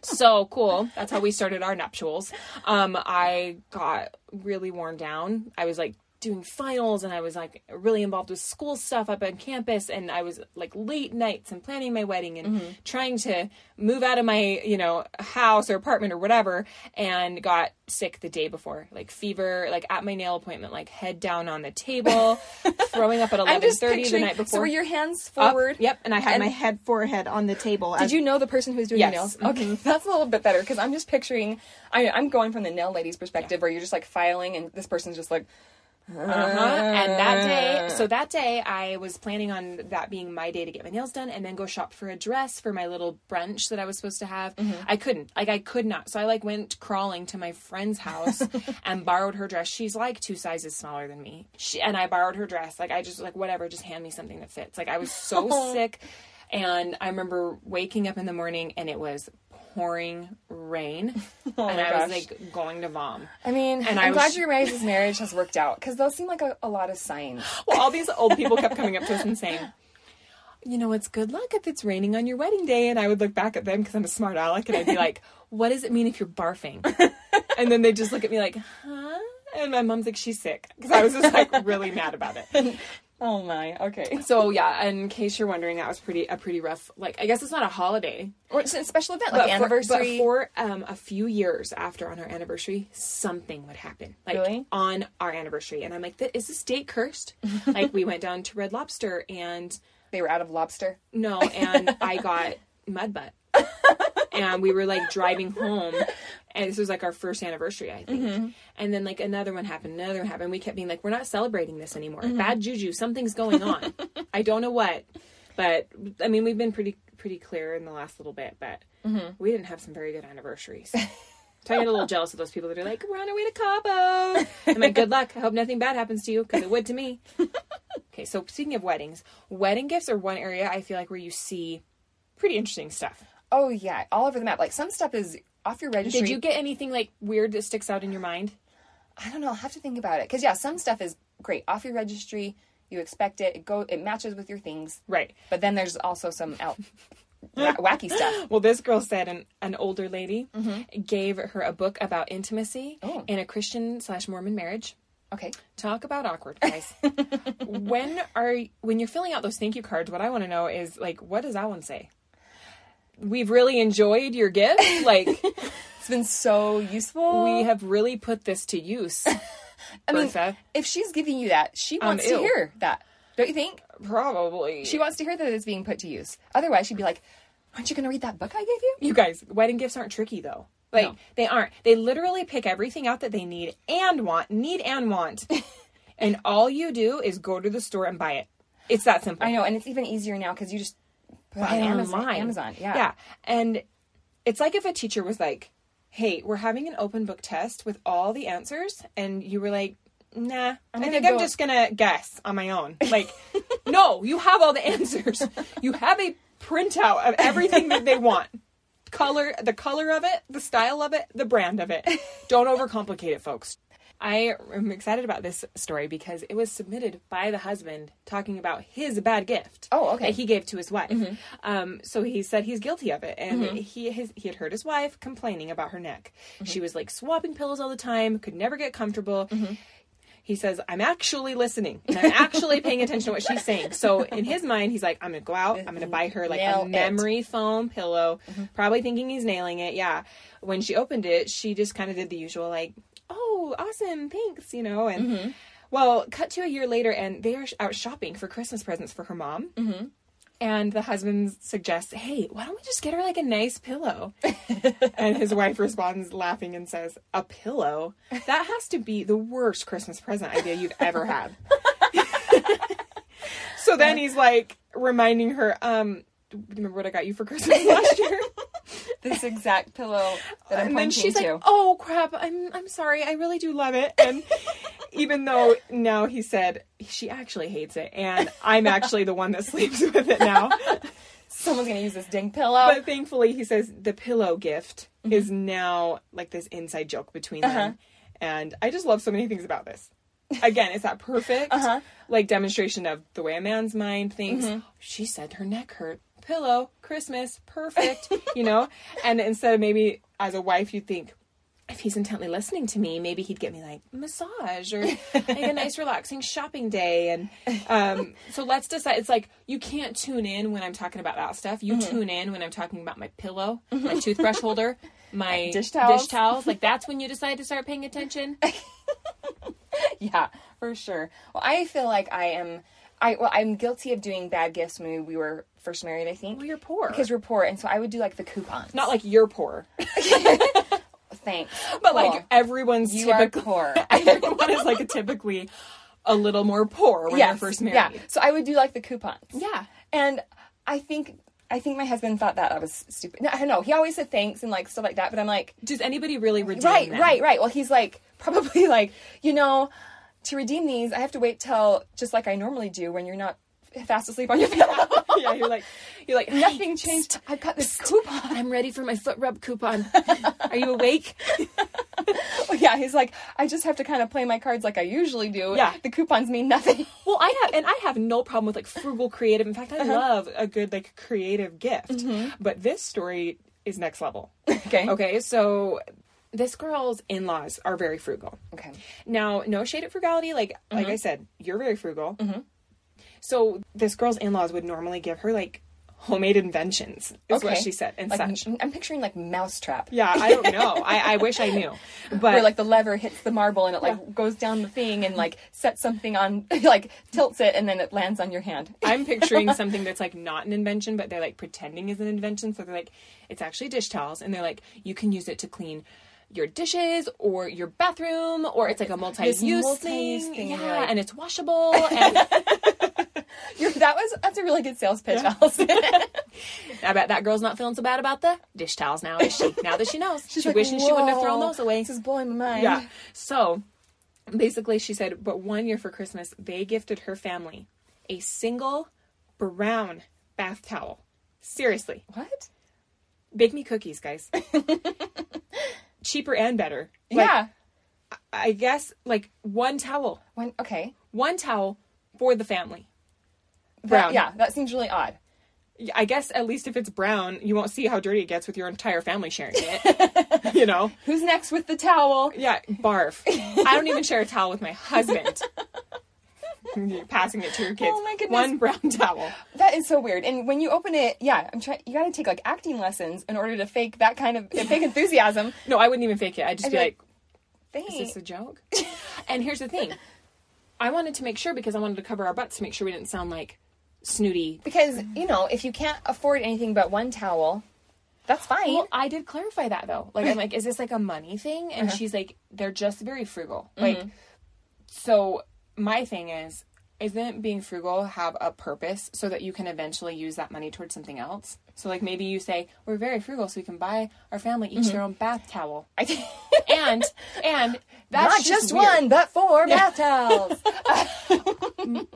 [SPEAKER 1] so cool. That's how we started our nuptials. Um, I got really worn down. I was like doing finals and I was like really involved with school stuff up on campus and I was like late nights and planning my wedding and
[SPEAKER 2] Mm-hmm.
[SPEAKER 1] trying to move out of my, you know, house or apartment or whatever and got sick the day before. Like fever, like at my nail appointment, like head down on the
[SPEAKER 2] [laughs]
[SPEAKER 1] table, throwing up at
[SPEAKER 2] I'm
[SPEAKER 1] eleven
[SPEAKER 2] just
[SPEAKER 1] thirty the
[SPEAKER 2] picturing.
[SPEAKER 1] night before.
[SPEAKER 2] So were your hands
[SPEAKER 1] Up,
[SPEAKER 2] forward?
[SPEAKER 1] Yep, and I had
[SPEAKER 2] and-
[SPEAKER 1] my head forehead on the table.
[SPEAKER 2] Did you know the person who was doing
[SPEAKER 1] Yes.
[SPEAKER 2] your nails? Okay, [laughs] that's a little bit better because I'm just picturing. I, I'm going from the nail lady's perspective, where you're just like filing, and this person's just like,
[SPEAKER 1] Uh-huh. And that day,
[SPEAKER 2] Uh-huh.
[SPEAKER 1] so that day, I was planning on that being my day to get my nails done and then go shop for a dress for my little brunch that I was supposed to have.
[SPEAKER 2] Mm-hmm.
[SPEAKER 1] I couldn't. Like, I could not. So I, like, went crawling to my friend's
[SPEAKER 2] [laughs]
[SPEAKER 1] house and borrowed her dress. She's, like, two sizes smaller than me. She, and I borrowed her dress. Like, I just, like, whatever, just hand me something that fits. Like, I was so
[SPEAKER 2] [laughs]
[SPEAKER 1] sick. And I remember waking up in the morning and it was pouring
[SPEAKER 2] [laughs]
[SPEAKER 1] rain. and
[SPEAKER 2] Oh my
[SPEAKER 1] I was,
[SPEAKER 2] gosh.
[SPEAKER 1] like, going to vom.
[SPEAKER 2] I mean,
[SPEAKER 1] And I
[SPEAKER 2] I'm
[SPEAKER 1] was-
[SPEAKER 2] glad your marriage, marriage has worked out because those seem like a, a lot of signs.
[SPEAKER 1] Well, all these old people kept coming up to us and saying, you know, it's good luck if it's raining on your wedding day. And I would look back at them because I'm a smart aleck and I'd be like, what does it mean if you're barfing? And then they just look at me like, huh? And my mom's like, she's sick. Because I was just like really mad about
[SPEAKER 2] [laughs]
[SPEAKER 1] it.
[SPEAKER 2] [gasps] Oh my. Okay.
[SPEAKER 1] So yeah, in case you're wondering, that was pretty a pretty rough. Like I guess it's not a holiday,
[SPEAKER 2] Or it's a special event
[SPEAKER 1] but
[SPEAKER 2] like anniversary.
[SPEAKER 1] For, but for um, a few years after on our anniversary, something would happen. Like
[SPEAKER 2] Really?
[SPEAKER 1] on our anniversary, and I'm like, "Th- is this date cursed? like we went down to Red Lobster, and
[SPEAKER 2] they were out of lobster.
[SPEAKER 1] no, and I got mud butt, and we were like driving home, and this was like our first anniversary, I think. And then like another one happened, another one happened. We kept being like, we're not celebrating this anymore. Bad juju, something's going on. I don't know what, but I mean, we've been pretty pretty clear in the last little bit, but we didn't have some very good anniversaries. So I get a little jealous of those people that are like, we're on our way to Cabo. I'm like, good luck. I hope nothing bad happens to you because it would to me. Okay, so speaking of weddings, wedding gifts are one area I feel like where you see pretty interesting stuff.
[SPEAKER 2] Oh yeah, all over the map. Like some stuff is off your registry.
[SPEAKER 1] Did you get anything like weird that sticks out in your mind?
[SPEAKER 2] I don't know. I'll have to think about it because yeah, some stuff is great off your registry. You expect it. It go. It matches with your things.
[SPEAKER 1] Right.
[SPEAKER 2] But then there's also some [laughs] out wa- wacky stuff.
[SPEAKER 1] Well, this girl said an, an older lady gave her a book about intimacy
[SPEAKER 2] Mm-hmm. Oh.
[SPEAKER 1] in a Christian slash Mormon marriage.
[SPEAKER 2] Okay.
[SPEAKER 1] Talk about
[SPEAKER 2] [laughs]
[SPEAKER 1] awkward, guys. when are when you're filling out those thank you cards? What I want to know is like, what does that one say? We've really enjoyed your gift.
[SPEAKER 2] [laughs]
[SPEAKER 1] Like,
[SPEAKER 2] It's been so useful.
[SPEAKER 1] we have really put this to use.
[SPEAKER 2] I mean,
[SPEAKER 1] Bertha.
[SPEAKER 2] if she's giving you that, she
[SPEAKER 1] Um,
[SPEAKER 2] wants to
[SPEAKER 1] ew.
[SPEAKER 2] hear that. Don't you think?
[SPEAKER 1] Probably.
[SPEAKER 2] She wants to hear that it's being put to use. Otherwise, she'd be like, "Aren't you going to read that book I gave you?"
[SPEAKER 1] You guys, wedding gifts aren't tricky though. Like
[SPEAKER 2] No.
[SPEAKER 1] they aren't. They literally pick everything out that they need and want, need and want. and all you do is go to the store and buy it. It's that simple.
[SPEAKER 2] I know, and it's even easier now because you just put it on
[SPEAKER 1] Buy it
[SPEAKER 2] Amazon.
[SPEAKER 1] online.
[SPEAKER 2] Amazon, yeah.
[SPEAKER 1] Yeah. And it's like if a teacher was like, "Hey, we're having an open book test with all the answers," and you were like, "Nah, I
[SPEAKER 2] gonna
[SPEAKER 1] think I'm
[SPEAKER 2] go-
[SPEAKER 1] just gonna guess on my own." Like, [laughs] no, you have all the answers. You have a printout of everything that they want. Color, the color of it, the style of it, the brand of it. Don't overcomplicate it, folks. I am excited about this story because it was submitted by the husband talking about his bad gift.
[SPEAKER 2] Oh, okay.
[SPEAKER 1] that he gave to his wife.
[SPEAKER 2] Mm-hmm.
[SPEAKER 1] Um, so he said he's guilty of it, and he his, he had heard his wife complaining about her neck.
[SPEAKER 2] Mm-hmm.
[SPEAKER 1] She was like swapping pillows all the time, could never get comfortable.
[SPEAKER 2] Mm-hmm.
[SPEAKER 1] He says, "I'm actually listening. And I'm actually paying attention to what she's saying." So in his mind, he's like, "I'm gonna go out. I'm gonna buy her like
[SPEAKER 2] Nail
[SPEAKER 1] a
[SPEAKER 2] it. Mm-hmm.
[SPEAKER 1] memory foam pillow." Probably thinking he's nailing it. Yeah. When she opened it, she just kind of did the usual like, "Oh, awesome, thanks," you know, and.
[SPEAKER 2] Mm-hmm.
[SPEAKER 1] Well, cut to a year later, and they are sh- out shopping for Christmas presents for her mom. Mm-hmm. And the husband suggests, hey, why don't we just get her like a nice pillow? and his wife responds, laughing, and says, a pillow? That has to be the worst Christmas present idea you've ever had. [laughs] so then he's like reminding her, um, "Do you remember what I got you for Christmas last year?
[SPEAKER 2] [laughs] This exact pillow that
[SPEAKER 1] and
[SPEAKER 2] I'm
[SPEAKER 1] then
[SPEAKER 2] pointing
[SPEAKER 1] she's
[SPEAKER 2] to.
[SPEAKER 1] like, "Oh crap! I'm I'm sorry. I really do love it." And even though now he said she actually hates it, and I'm actually the one that sleeps with it now.
[SPEAKER 2] Someone's going to use this dang pillow.
[SPEAKER 1] But thankfully, he says the pillow gift is now like this inside joke between them, and I just love so many things about this. Again, it's that perfect like demonstration of the way a man's mind thinks. Oh, She said her neck hurt. Pillow, Christmas, perfect, you know? And instead of maybe as a wife you think if he's intently listening to me, maybe he'd get me like massage or like
[SPEAKER 2] [laughs]
[SPEAKER 1] a nice relaxing shopping day. And um, so let's decide. It's like you can't tune in when I'm talking about that stuff. You
[SPEAKER 2] Mm-hmm.
[SPEAKER 1] tune in when I'm talking about my pillow, my toothbrush
[SPEAKER 2] [laughs]
[SPEAKER 1] holder, my
[SPEAKER 2] Dish towels.
[SPEAKER 1] dish towels. Like that's when you decide to start paying
[SPEAKER 2] [laughs]
[SPEAKER 1] attention.
[SPEAKER 2] yeah, for sure. Well, I feel like I am. I well, I'm guilty of doing bad gifts when we were first married. I think
[SPEAKER 1] Well, you're poor.
[SPEAKER 2] because we're poor, and so I would do like the coupons.
[SPEAKER 1] Not like you're
[SPEAKER 2] [laughs]
[SPEAKER 1] poor,
[SPEAKER 2] thanks,
[SPEAKER 1] [laughs] but like
[SPEAKER 2] Cool.
[SPEAKER 1] everyone's
[SPEAKER 2] you are
[SPEAKER 1] typically
[SPEAKER 2] poor.
[SPEAKER 1] [laughs] everyone is like a typically a little more poor when
[SPEAKER 2] Yes,
[SPEAKER 1] they're first married.
[SPEAKER 2] Yeah, so I would do like the coupons.
[SPEAKER 1] Yeah.
[SPEAKER 2] and I think I think my husband thought that I was stupid. No, I don't know. He always said thanks and like stuff like that, but I'm like,
[SPEAKER 1] Does anybody really redeem
[SPEAKER 2] right,
[SPEAKER 1] them?
[SPEAKER 2] right, right. Well, he's like probably [laughs] like you know, to redeem these, I have to wait till just like I normally do when you're not fast asleep on your pillow.
[SPEAKER 1] [laughs] yeah, you're like you're like
[SPEAKER 2] [laughs] Nothing changed. I've got this coupon.
[SPEAKER 1] I'm ready for my foot rub coupon. Are you awake?
[SPEAKER 2] [laughs] Yeah, he's like, I just have to kind of play my cards like I usually do.
[SPEAKER 1] Yeah.
[SPEAKER 2] The coupons mean nothing.
[SPEAKER 1] [laughs]
[SPEAKER 2] [laughs]
[SPEAKER 1] Well, I have, and I have no problem with like frugal creative. In fact, I love a good like Mm-hmm. [laughs] creative gift. But this story is next level.
[SPEAKER 2] Okay.
[SPEAKER 1] Okay, so this girl's in-laws are very frugal.
[SPEAKER 2] Okay.
[SPEAKER 1] Now, no shade at frugality. Like like I said, you're very frugal. So this girl's in-laws would normally give her like homemade inventions, is what she said, and
[SPEAKER 2] like,
[SPEAKER 1] such.
[SPEAKER 2] I'm picturing like mousetrap.
[SPEAKER 1] yeah, I don't know. I, I wish I [laughs] knew, but
[SPEAKER 2] where like the lever hits the marble and it like goes down the thing and like sets something on [laughs] like tilts it and then it lands on your hand.
[SPEAKER 1] I'm
[SPEAKER 2] [laughs]
[SPEAKER 1] picturing something that's like not an invention, but they're like pretending is an invention. So they're like, it's actually dish towels, and they're like, you can use it to clean your dishes or your bathroom, or it's like a multi-use,
[SPEAKER 2] multi-use
[SPEAKER 1] thing.
[SPEAKER 2] thing,
[SPEAKER 1] yeah,
[SPEAKER 2] and you're like-
[SPEAKER 1] and it's washable. And
[SPEAKER 2] [laughs] You're, that was that's a really good sales pitch,
[SPEAKER 1] [laughs]
[SPEAKER 2] Allison.
[SPEAKER 1] I bet that girl's not feeling so bad about the dish towels now, is she? Now that she
[SPEAKER 2] [laughs]
[SPEAKER 1] knows, she's
[SPEAKER 2] like,
[SPEAKER 1] wishing she wouldn't have thrown
[SPEAKER 2] "Whoa,
[SPEAKER 1] those away.
[SPEAKER 2] This is blowing my mind.
[SPEAKER 1] Yeah. So basically, she said, but one year for Christmas, they gifted her family a single brown bath towel. Seriously.
[SPEAKER 2] What?
[SPEAKER 1] Bake me cookies,
[SPEAKER 2] [laughs]
[SPEAKER 1] guys. Cheaper and better. Like,
[SPEAKER 2] yeah.
[SPEAKER 1] I guess like one towel,
[SPEAKER 2] When okay.
[SPEAKER 1] one towel for the family.
[SPEAKER 2] That-
[SPEAKER 1] Brown.
[SPEAKER 2] yeah, that seems really odd.
[SPEAKER 1] I guess at least if it's brown, you won't see how dirty it gets with your entire family sharing it.
[SPEAKER 2] [laughs]
[SPEAKER 1] you know?
[SPEAKER 2] Who's next with the towel?
[SPEAKER 1] Yeah, barf. I don't even share a towel with my
[SPEAKER 2] [laughs]
[SPEAKER 1] husband. You're passing it to your kids.
[SPEAKER 2] Oh my goodness.
[SPEAKER 1] One brown towel.
[SPEAKER 2] That is so weird. And when you open it, yeah, I'm trying. You got to take like acting lessons in order to fake that kind of fake enthusiasm.
[SPEAKER 1] No, I wouldn't even fake it. I'd just
[SPEAKER 2] I'd
[SPEAKER 1] be
[SPEAKER 2] be
[SPEAKER 1] like,
[SPEAKER 2] like, Thanks.
[SPEAKER 1] is [laughs] this a joke? and here's the thing. I wanted to make sure because I wanted to cover our butts to make sure we didn't sound like snooty.
[SPEAKER 2] Because you know, if you can't afford anything but one towel, that's fine.
[SPEAKER 1] Well, I did clarify that though. Like I'm like, is this like a money thing? And
[SPEAKER 2] Uh-huh.
[SPEAKER 1] she's like, they're just very frugal.
[SPEAKER 2] Mm-hmm.
[SPEAKER 1] Like so my thing is, isn't being frugal have a purpose so that you can eventually use that money towards something else? So like maybe you say, We're very frugal so we can buy our family
[SPEAKER 2] Mm-hmm.
[SPEAKER 1] each their own bath
[SPEAKER 2] [laughs]
[SPEAKER 1] towel.
[SPEAKER 2] I think
[SPEAKER 1] and and that's
[SPEAKER 2] not just
[SPEAKER 1] weird.
[SPEAKER 2] one, but four bath [laughs] towels.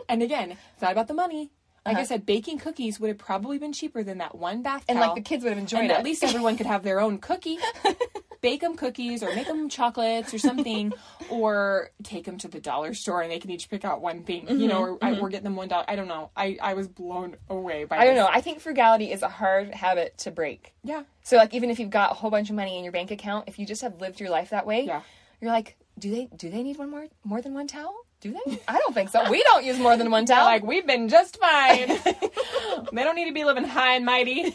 [SPEAKER 1] And again, it's not about the money. Like I said, baking cookies would have probably been cheaper than that one bath
[SPEAKER 2] Uh-huh. And,
[SPEAKER 1] towel.
[SPEAKER 2] like, the kids would have enjoyed
[SPEAKER 1] And
[SPEAKER 2] it.
[SPEAKER 1] At least everyone could have their own cookie.
[SPEAKER 2] [laughs]
[SPEAKER 1] Bake them cookies or make them chocolates or
[SPEAKER 2] [laughs]
[SPEAKER 1] something, or take them to the dollar store and they can each pick out one thing,
[SPEAKER 2] Mm-hmm,
[SPEAKER 1] you know, or, I, or get them one dollar. I don't know. I, I was blown away by
[SPEAKER 2] I don't
[SPEAKER 1] this.
[SPEAKER 2] know. I think frugality is a hard habit to break.
[SPEAKER 1] Yeah.
[SPEAKER 2] So like, even if you've got a whole bunch of money in your bank account, if you just have lived your life that way,
[SPEAKER 1] Yeah.
[SPEAKER 2] you're like, do they do they need one more more than one towel? Do they? I don't think so. We don't use more [laughs] than one towel.
[SPEAKER 1] Like, we've been
[SPEAKER 3] [laughs]
[SPEAKER 1] just fine. they don't need to be living high and mighty.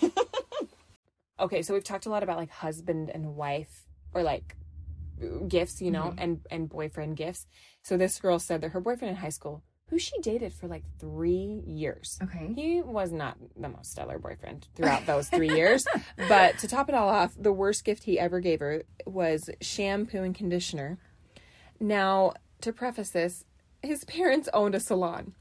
[SPEAKER 3] okay so we've talked a lot about like husband and wife or like gifts you
[SPEAKER 1] Mm-hmm.
[SPEAKER 3] know and and boyfriend gifts so this girl said that her boyfriend in high school who she dated for like three years
[SPEAKER 2] Okay.
[SPEAKER 3] he was not the most stellar boyfriend throughout those three
[SPEAKER 1] [laughs]
[SPEAKER 3] years but to top it all off the worst gift he ever gave her was shampoo and conditioner now to preface this his parents owned a salon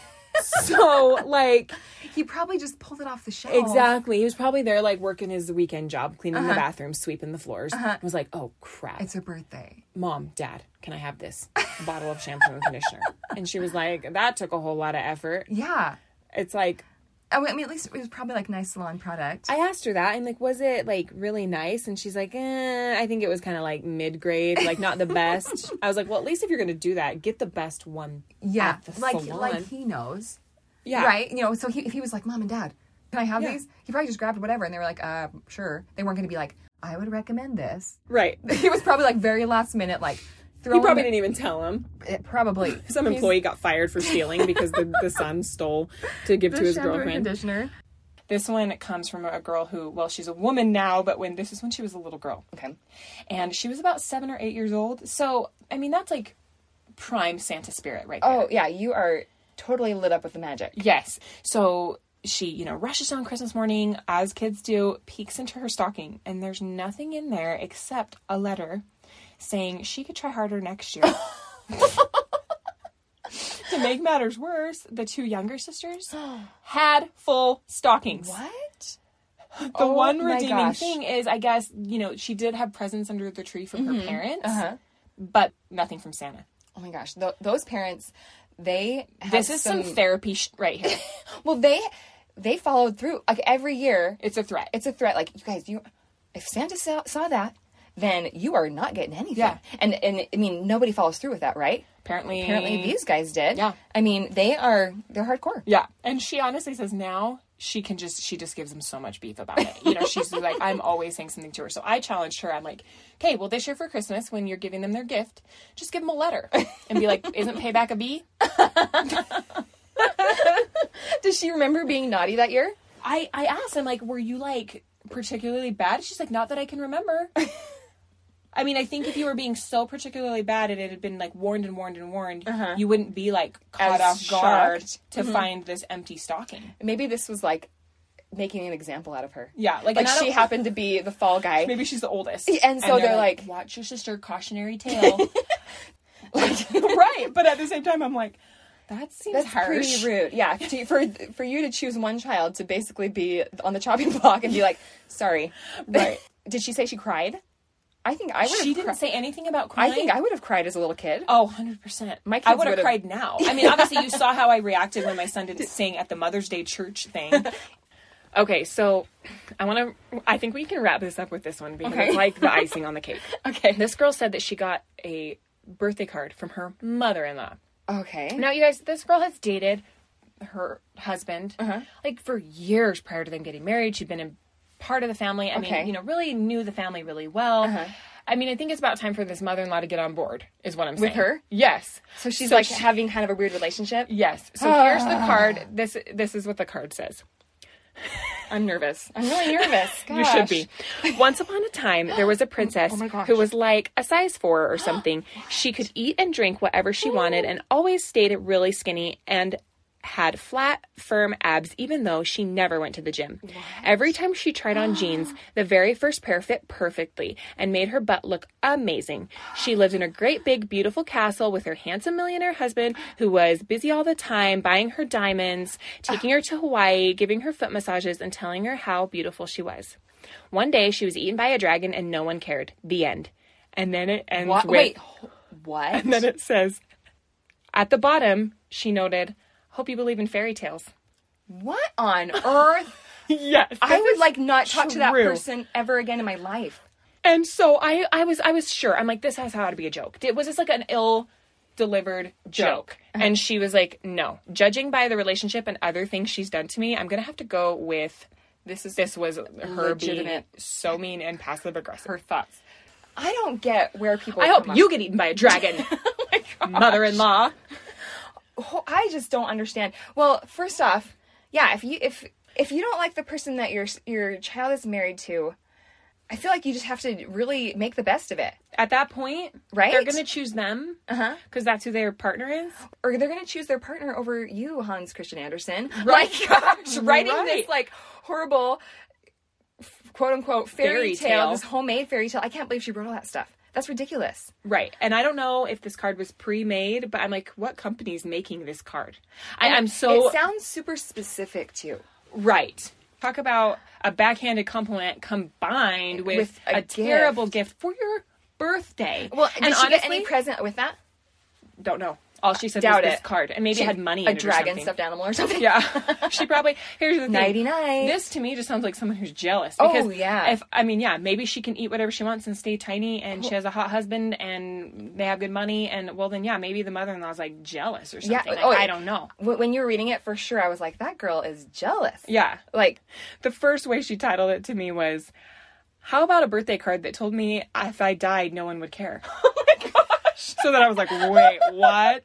[SPEAKER 2] [laughs]
[SPEAKER 3] so like
[SPEAKER 2] he probably just pulled it off the shelf.
[SPEAKER 3] Exactly. He was probably there, like working his weekend job, cleaning the bathroom, sweeping the floors. He Was like, oh crap,
[SPEAKER 2] Uh-huh. It's her birthday.
[SPEAKER 3] mom, dad, can I have this bottle of shampoo and conditioner? And she was like, that took a whole lot of effort.
[SPEAKER 2] Yeah.
[SPEAKER 3] It's like
[SPEAKER 2] I mean, I mean, at least it was probably like nice salon product.
[SPEAKER 3] I asked her that, and like, was it like really nice? And she's like, eh, I think it was kind of like mid grade, like not the best. I was like, well, at least if you're gonna do that, get the best one.
[SPEAKER 2] yeah,
[SPEAKER 3] at the
[SPEAKER 2] like
[SPEAKER 3] salon.
[SPEAKER 2] like he knows.
[SPEAKER 3] Yeah.
[SPEAKER 2] Right? You know, so he, if he was like, Mom and Dad, can I have
[SPEAKER 3] Yeah.
[SPEAKER 2] these? He probably just grabbed whatever and they were like, uh, sure. They weren't going to be like, I would recommend this. [laughs]
[SPEAKER 3] Right.
[SPEAKER 2] He was probably like very last minute, like,
[SPEAKER 3] He
[SPEAKER 2] throwing
[SPEAKER 3] probably didn't even tell him.
[SPEAKER 2] it, probably
[SPEAKER 3] [laughs] Some employee got fired for stealing because the, the son stole to give to his
[SPEAKER 2] shampoo and
[SPEAKER 3] girlfriend.
[SPEAKER 2] conditioner.
[SPEAKER 1] This one comes from a girl who, well, she's a woman now, but when this is when she was a little girl.
[SPEAKER 2] Okay.
[SPEAKER 1] and she was about seven or eight years old. So I mean, that's like prime Santa spirit, right? there.
[SPEAKER 2] Oh, yeah, you are totally lit up with the magic.
[SPEAKER 1] yes. So she, you know, rushes down Christmas morning as kids do, peeks into her stocking, and there's nothing in there except a letter saying she could try harder next
[SPEAKER 2] [laughs]
[SPEAKER 1] year. to make matters worse, the two younger
[SPEAKER 2] [gasps]
[SPEAKER 1] sisters had full stockings.
[SPEAKER 2] What?
[SPEAKER 1] The
[SPEAKER 2] Oh
[SPEAKER 1] one
[SPEAKER 2] my
[SPEAKER 1] redeeming
[SPEAKER 2] gosh.
[SPEAKER 1] thing is, I guess, you know, she did have presents under the tree from
[SPEAKER 2] Mm-hmm.
[SPEAKER 1] her parents,
[SPEAKER 2] Uh-huh.
[SPEAKER 1] but nothing from Santa.
[SPEAKER 2] Oh my gosh. Th- those parents, they have
[SPEAKER 1] This is some, therapy sh- right here.
[SPEAKER 2] well, they they followed through. Like, every year,
[SPEAKER 1] It's a
[SPEAKER 2] [laughs]
[SPEAKER 1] threat.
[SPEAKER 2] it's a threat. Like you guys, you if Santa saw, saw that, then you are not getting anything.
[SPEAKER 1] Yeah.
[SPEAKER 2] And and I mean nobody follows through with that, right?
[SPEAKER 1] apparently,
[SPEAKER 2] Apparently these guys did.
[SPEAKER 1] Mm. Yeah.
[SPEAKER 2] I mean they are they're hardcore.
[SPEAKER 1] Yeah, and she honestly says now she can just she just gives them so much beef about it.
[SPEAKER 2] [laughs]
[SPEAKER 1] You know, she's like, I'm always saying something to her. So I challenged her. I'm like, okay, well this year for Christmas, when you're giving them their gift, just give them a letter and be
[SPEAKER 2] [laughs]
[SPEAKER 1] like, isn't payback a B?
[SPEAKER 2] Does she remember being naughty that year?
[SPEAKER 1] I I asked. I'm like, were you like particularly bad? She's like, not that I can
[SPEAKER 2] [laughs]
[SPEAKER 1] remember. I mean, I think if you were being so particularly bad and it had been like warned and warned and warned, you wouldn't be like caught
[SPEAKER 2] Uh-huh. As Mm-hmm.
[SPEAKER 1] off guard
[SPEAKER 2] shocked.
[SPEAKER 1] to find this empty stocking.
[SPEAKER 2] Maybe this was like making an example out of her.
[SPEAKER 1] Yeah, like,
[SPEAKER 2] Like
[SPEAKER 1] and I
[SPEAKER 2] she
[SPEAKER 1] don't-
[SPEAKER 2] happened to be the fall guy.
[SPEAKER 1] Maybe she's the oldest,
[SPEAKER 2] [laughs] and so they're like-
[SPEAKER 1] "Watch your sister,
[SPEAKER 2] [laughs]
[SPEAKER 1] cautionary tale." like, [laughs] right, but at the same time, I'm like, that seems
[SPEAKER 2] That's
[SPEAKER 1] harsh.
[SPEAKER 2] pretty rude. Yeah, to, for for you to choose one child to basically be on the chopping [laughs] block and be like, sorry.
[SPEAKER 1] Right.
[SPEAKER 2] [laughs] Did she say she cried? I think I would.
[SPEAKER 1] She didn't say anything about
[SPEAKER 2] I
[SPEAKER 1] crying.
[SPEAKER 2] think I would have cried as a little kid.
[SPEAKER 1] Oh, 100%.
[SPEAKER 2] My
[SPEAKER 1] I
[SPEAKER 2] kids
[SPEAKER 1] would have
[SPEAKER 2] would've-
[SPEAKER 1] cried now. I mean,
[SPEAKER 2] [laughs]
[SPEAKER 1] obviously, you saw how I reacted when my son didn't sing at the Mother's Day church
[SPEAKER 2] [laughs]
[SPEAKER 1] thing. Okay, so I want to. I think we can wrap this up with this one because it's like the
[SPEAKER 2] [laughs]
[SPEAKER 1] icing on the cake.
[SPEAKER 2] Okay.
[SPEAKER 1] This girl said that she got a birthday card from her mother in law.
[SPEAKER 2] Okay.
[SPEAKER 1] Now, you guys, this girl has dated her husband
[SPEAKER 2] Uh-huh.
[SPEAKER 1] like for years prior to them getting married. She'd been in part of the family. I
[SPEAKER 2] Okay. Uh-huh.
[SPEAKER 1] mean, you know, really knew the family really well. I mean, I think it's about time for this mother in law to get on board, is what I'm saying.
[SPEAKER 2] her?
[SPEAKER 1] Yes.
[SPEAKER 2] So she's like
[SPEAKER 1] she-
[SPEAKER 2] having kind of a weird relationship.
[SPEAKER 1] yes. So here's the card. This this is what the card says. I'm nervous.
[SPEAKER 2] I'm really nervous.
[SPEAKER 1] [laughs] You should be. Once upon a time, there
[SPEAKER 2] [gasps]
[SPEAKER 1] was a princess
[SPEAKER 2] Oh my gosh.
[SPEAKER 1] who was like a size four or something. she
[SPEAKER 2] [gasps]
[SPEAKER 1] could eat and drink whatever she wanted
[SPEAKER 2] Oh.
[SPEAKER 1] and always stayed really skinny and had flat, firm abs, even though she never went to the gym. Every time she tried on
[SPEAKER 2] [gasps]
[SPEAKER 1] jeans, the very first pair fit perfectly and made her butt look amazing. She lived in a great, big, beautiful castle with her handsome millionaire husband who was busy all the time buying her diamonds, taking her to Hawaii, giving her foot massages, and telling her how beautiful she was. One day she was eaten by a dragon and no one cared. The end. And then it ends
[SPEAKER 2] What?
[SPEAKER 1] with
[SPEAKER 2] Wait. What?
[SPEAKER 1] and [laughs] then it says at the bottom, she noted, Hope you believe in fairy tales.
[SPEAKER 2] what on earth?
[SPEAKER 1] [laughs] Yes.
[SPEAKER 2] I would like not talk to that
[SPEAKER 1] true.
[SPEAKER 2] person ever again in my life.
[SPEAKER 1] And so I, I was I was sure. I'm like, this has how to be a joke. It was this like an ill delivered joke.
[SPEAKER 2] Uh-huh.
[SPEAKER 1] And she was like, No. Judging by the relationship and other things she's done to me, I'm gonna have to go with this is this was her being
[SPEAKER 2] Legitimate.
[SPEAKER 1] so mean and passive aggressive.
[SPEAKER 2] Her thoughts. I don't get where people.
[SPEAKER 1] I
[SPEAKER 2] come
[SPEAKER 1] hope
[SPEAKER 2] up-
[SPEAKER 1] you get eaten by a
[SPEAKER 2] [laughs]
[SPEAKER 1] dragon.
[SPEAKER 2] Oh
[SPEAKER 1] Mother in law.
[SPEAKER 2] Ho- I just don't understand. Well, first off, yeah, if you if if you don't like the person that your your child is married to, I feel like you just have to really make the best of it,
[SPEAKER 1] at that point,
[SPEAKER 2] Right?
[SPEAKER 1] They're gonna choose them because
[SPEAKER 2] Uh-huh.
[SPEAKER 1] that's who their partner is.
[SPEAKER 2] or they're gonna choose their partner over you, Hans Christian Andersen.
[SPEAKER 1] Right.
[SPEAKER 2] Like, [laughs] gosh, writing
[SPEAKER 1] Right.
[SPEAKER 2] this like horrible quote unquote fairy,
[SPEAKER 1] Fairy
[SPEAKER 2] tale,
[SPEAKER 1] tale.
[SPEAKER 2] this homemade fairy tale. I can't believe she wrote all that stuff. That's ridiculous.
[SPEAKER 1] Right. And I don't know if this card was pre-made, but I'm like, what company's making this card? I, I'm so
[SPEAKER 2] it sounds super specific too.
[SPEAKER 1] right. Talk about a backhanded compliment combined with,
[SPEAKER 2] With a
[SPEAKER 1] a,
[SPEAKER 2] gift.
[SPEAKER 1] terrible gift for your birthday.
[SPEAKER 2] Well, did
[SPEAKER 1] and
[SPEAKER 2] she
[SPEAKER 1] honestly,
[SPEAKER 2] get any present with that?
[SPEAKER 1] don't know. All she said was
[SPEAKER 2] Doubt
[SPEAKER 1] this
[SPEAKER 2] it.
[SPEAKER 1] card, and maybe it had money. In
[SPEAKER 2] a
[SPEAKER 1] it or
[SPEAKER 2] dragon
[SPEAKER 1] something.
[SPEAKER 2] stuffed animal or something.
[SPEAKER 1] Yeah, [laughs] she probably. Here's the thing.
[SPEAKER 2] Nighty night.
[SPEAKER 1] This to me just sounds like someone who's jealous.
[SPEAKER 2] Oh,
[SPEAKER 1] Because
[SPEAKER 2] yeah.
[SPEAKER 1] If I mean, yeah, maybe she can eat whatever she wants and stay tiny, and she has a hot husband, and they have good money, and well, then yeah, maybe the mother-in-law's like jealous or something.
[SPEAKER 2] Yeah,
[SPEAKER 1] Like,
[SPEAKER 2] oh,
[SPEAKER 1] I don't know.
[SPEAKER 2] Wh- When you were reading it, for sure, I was like, that girl is jealous.
[SPEAKER 1] Yeah,
[SPEAKER 2] Like,
[SPEAKER 1] the first way she titled it to me was, "How about a birthday card that told me if I died, no one would care." [laughs] Oh my gosh! So then I was like, "Wait, what?"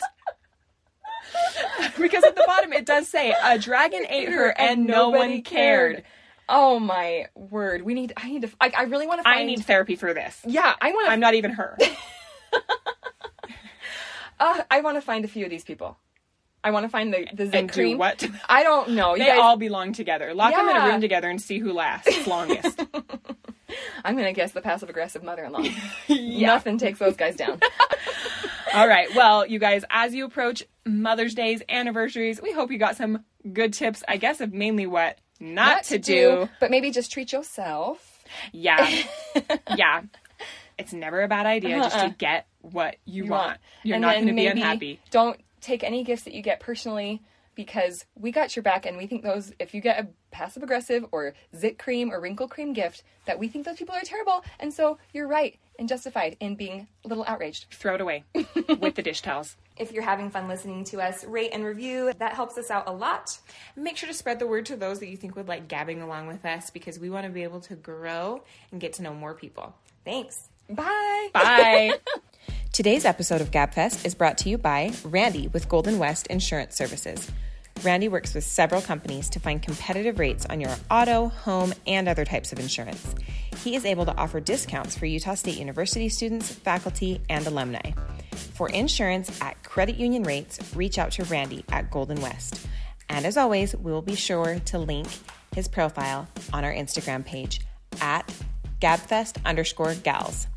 [SPEAKER 1] [laughs] because at the bottom it does say a dragon ate her and, no one cared.
[SPEAKER 2] Oh my word! We need. I need to. I, I really want to. Find,
[SPEAKER 1] I need therapy for this.
[SPEAKER 2] Yeah, I want to.
[SPEAKER 1] I'm not even
[SPEAKER 2] [laughs]
[SPEAKER 1] her.
[SPEAKER 2] Uh, I want to find a few of these people. I want to find the the zinc
[SPEAKER 1] do
[SPEAKER 2] cream.
[SPEAKER 1] what?
[SPEAKER 2] [laughs] I don't know. You
[SPEAKER 1] They
[SPEAKER 2] guys,
[SPEAKER 1] all belong together. Lock them in
[SPEAKER 2] Yeah.
[SPEAKER 1] a room together and see who lasts
[SPEAKER 2] [laughs]
[SPEAKER 1] longest.
[SPEAKER 2] I'm gonna guess the passive aggressive mother-in-law.
[SPEAKER 1] [laughs]
[SPEAKER 2] Nothing takes those guys down.
[SPEAKER 1] all right. Well, you guys, as you approach Mother's Days, anniversaries, we hope you got some good tips, I guess, of mainly what not,
[SPEAKER 2] What
[SPEAKER 1] to do.
[SPEAKER 2] but maybe just treat yourself. [laughs]
[SPEAKER 1] Yeah. yeah. It's never a bad idea just to get what you, want. You're
[SPEAKER 2] Uh-huh. And
[SPEAKER 1] not
[SPEAKER 2] then
[SPEAKER 1] going to be
[SPEAKER 2] maybe
[SPEAKER 1] unhappy.
[SPEAKER 2] Don't take any gifts that you get personally. because we got your back and we think those if you get a passive aggressive or zit cream or wrinkle cream gift that we think those people are terrible and so you're right and justified in being a little outraged
[SPEAKER 4] Throw it
[SPEAKER 2] [laughs]
[SPEAKER 4] away with the dish towels.
[SPEAKER 2] if you're having fun listening to us rate and review that helps us out a lot
[SPEAKER 1] Make sure to spread the word to those that you think would like gabbing along with us because we want to be able to grow and get to know more people.
[SPEAKER 2] thanks bye
[SPEAKER 4] Bye.
[SPEAKER 1] [laughs] Today's episode of GabFest is brought to you by Randy with Golden West Insurance Services. Randy works with several companies to find competitive rates on your auto, home, and other types of insurance. He is able to offer discounts for Utah State University students, faculty, and alumni. For insurance at credit union rates, reach out to Randy at Golden West. And as always, we will be sure to link his profile on our Instagram page at gabfest underscore gals.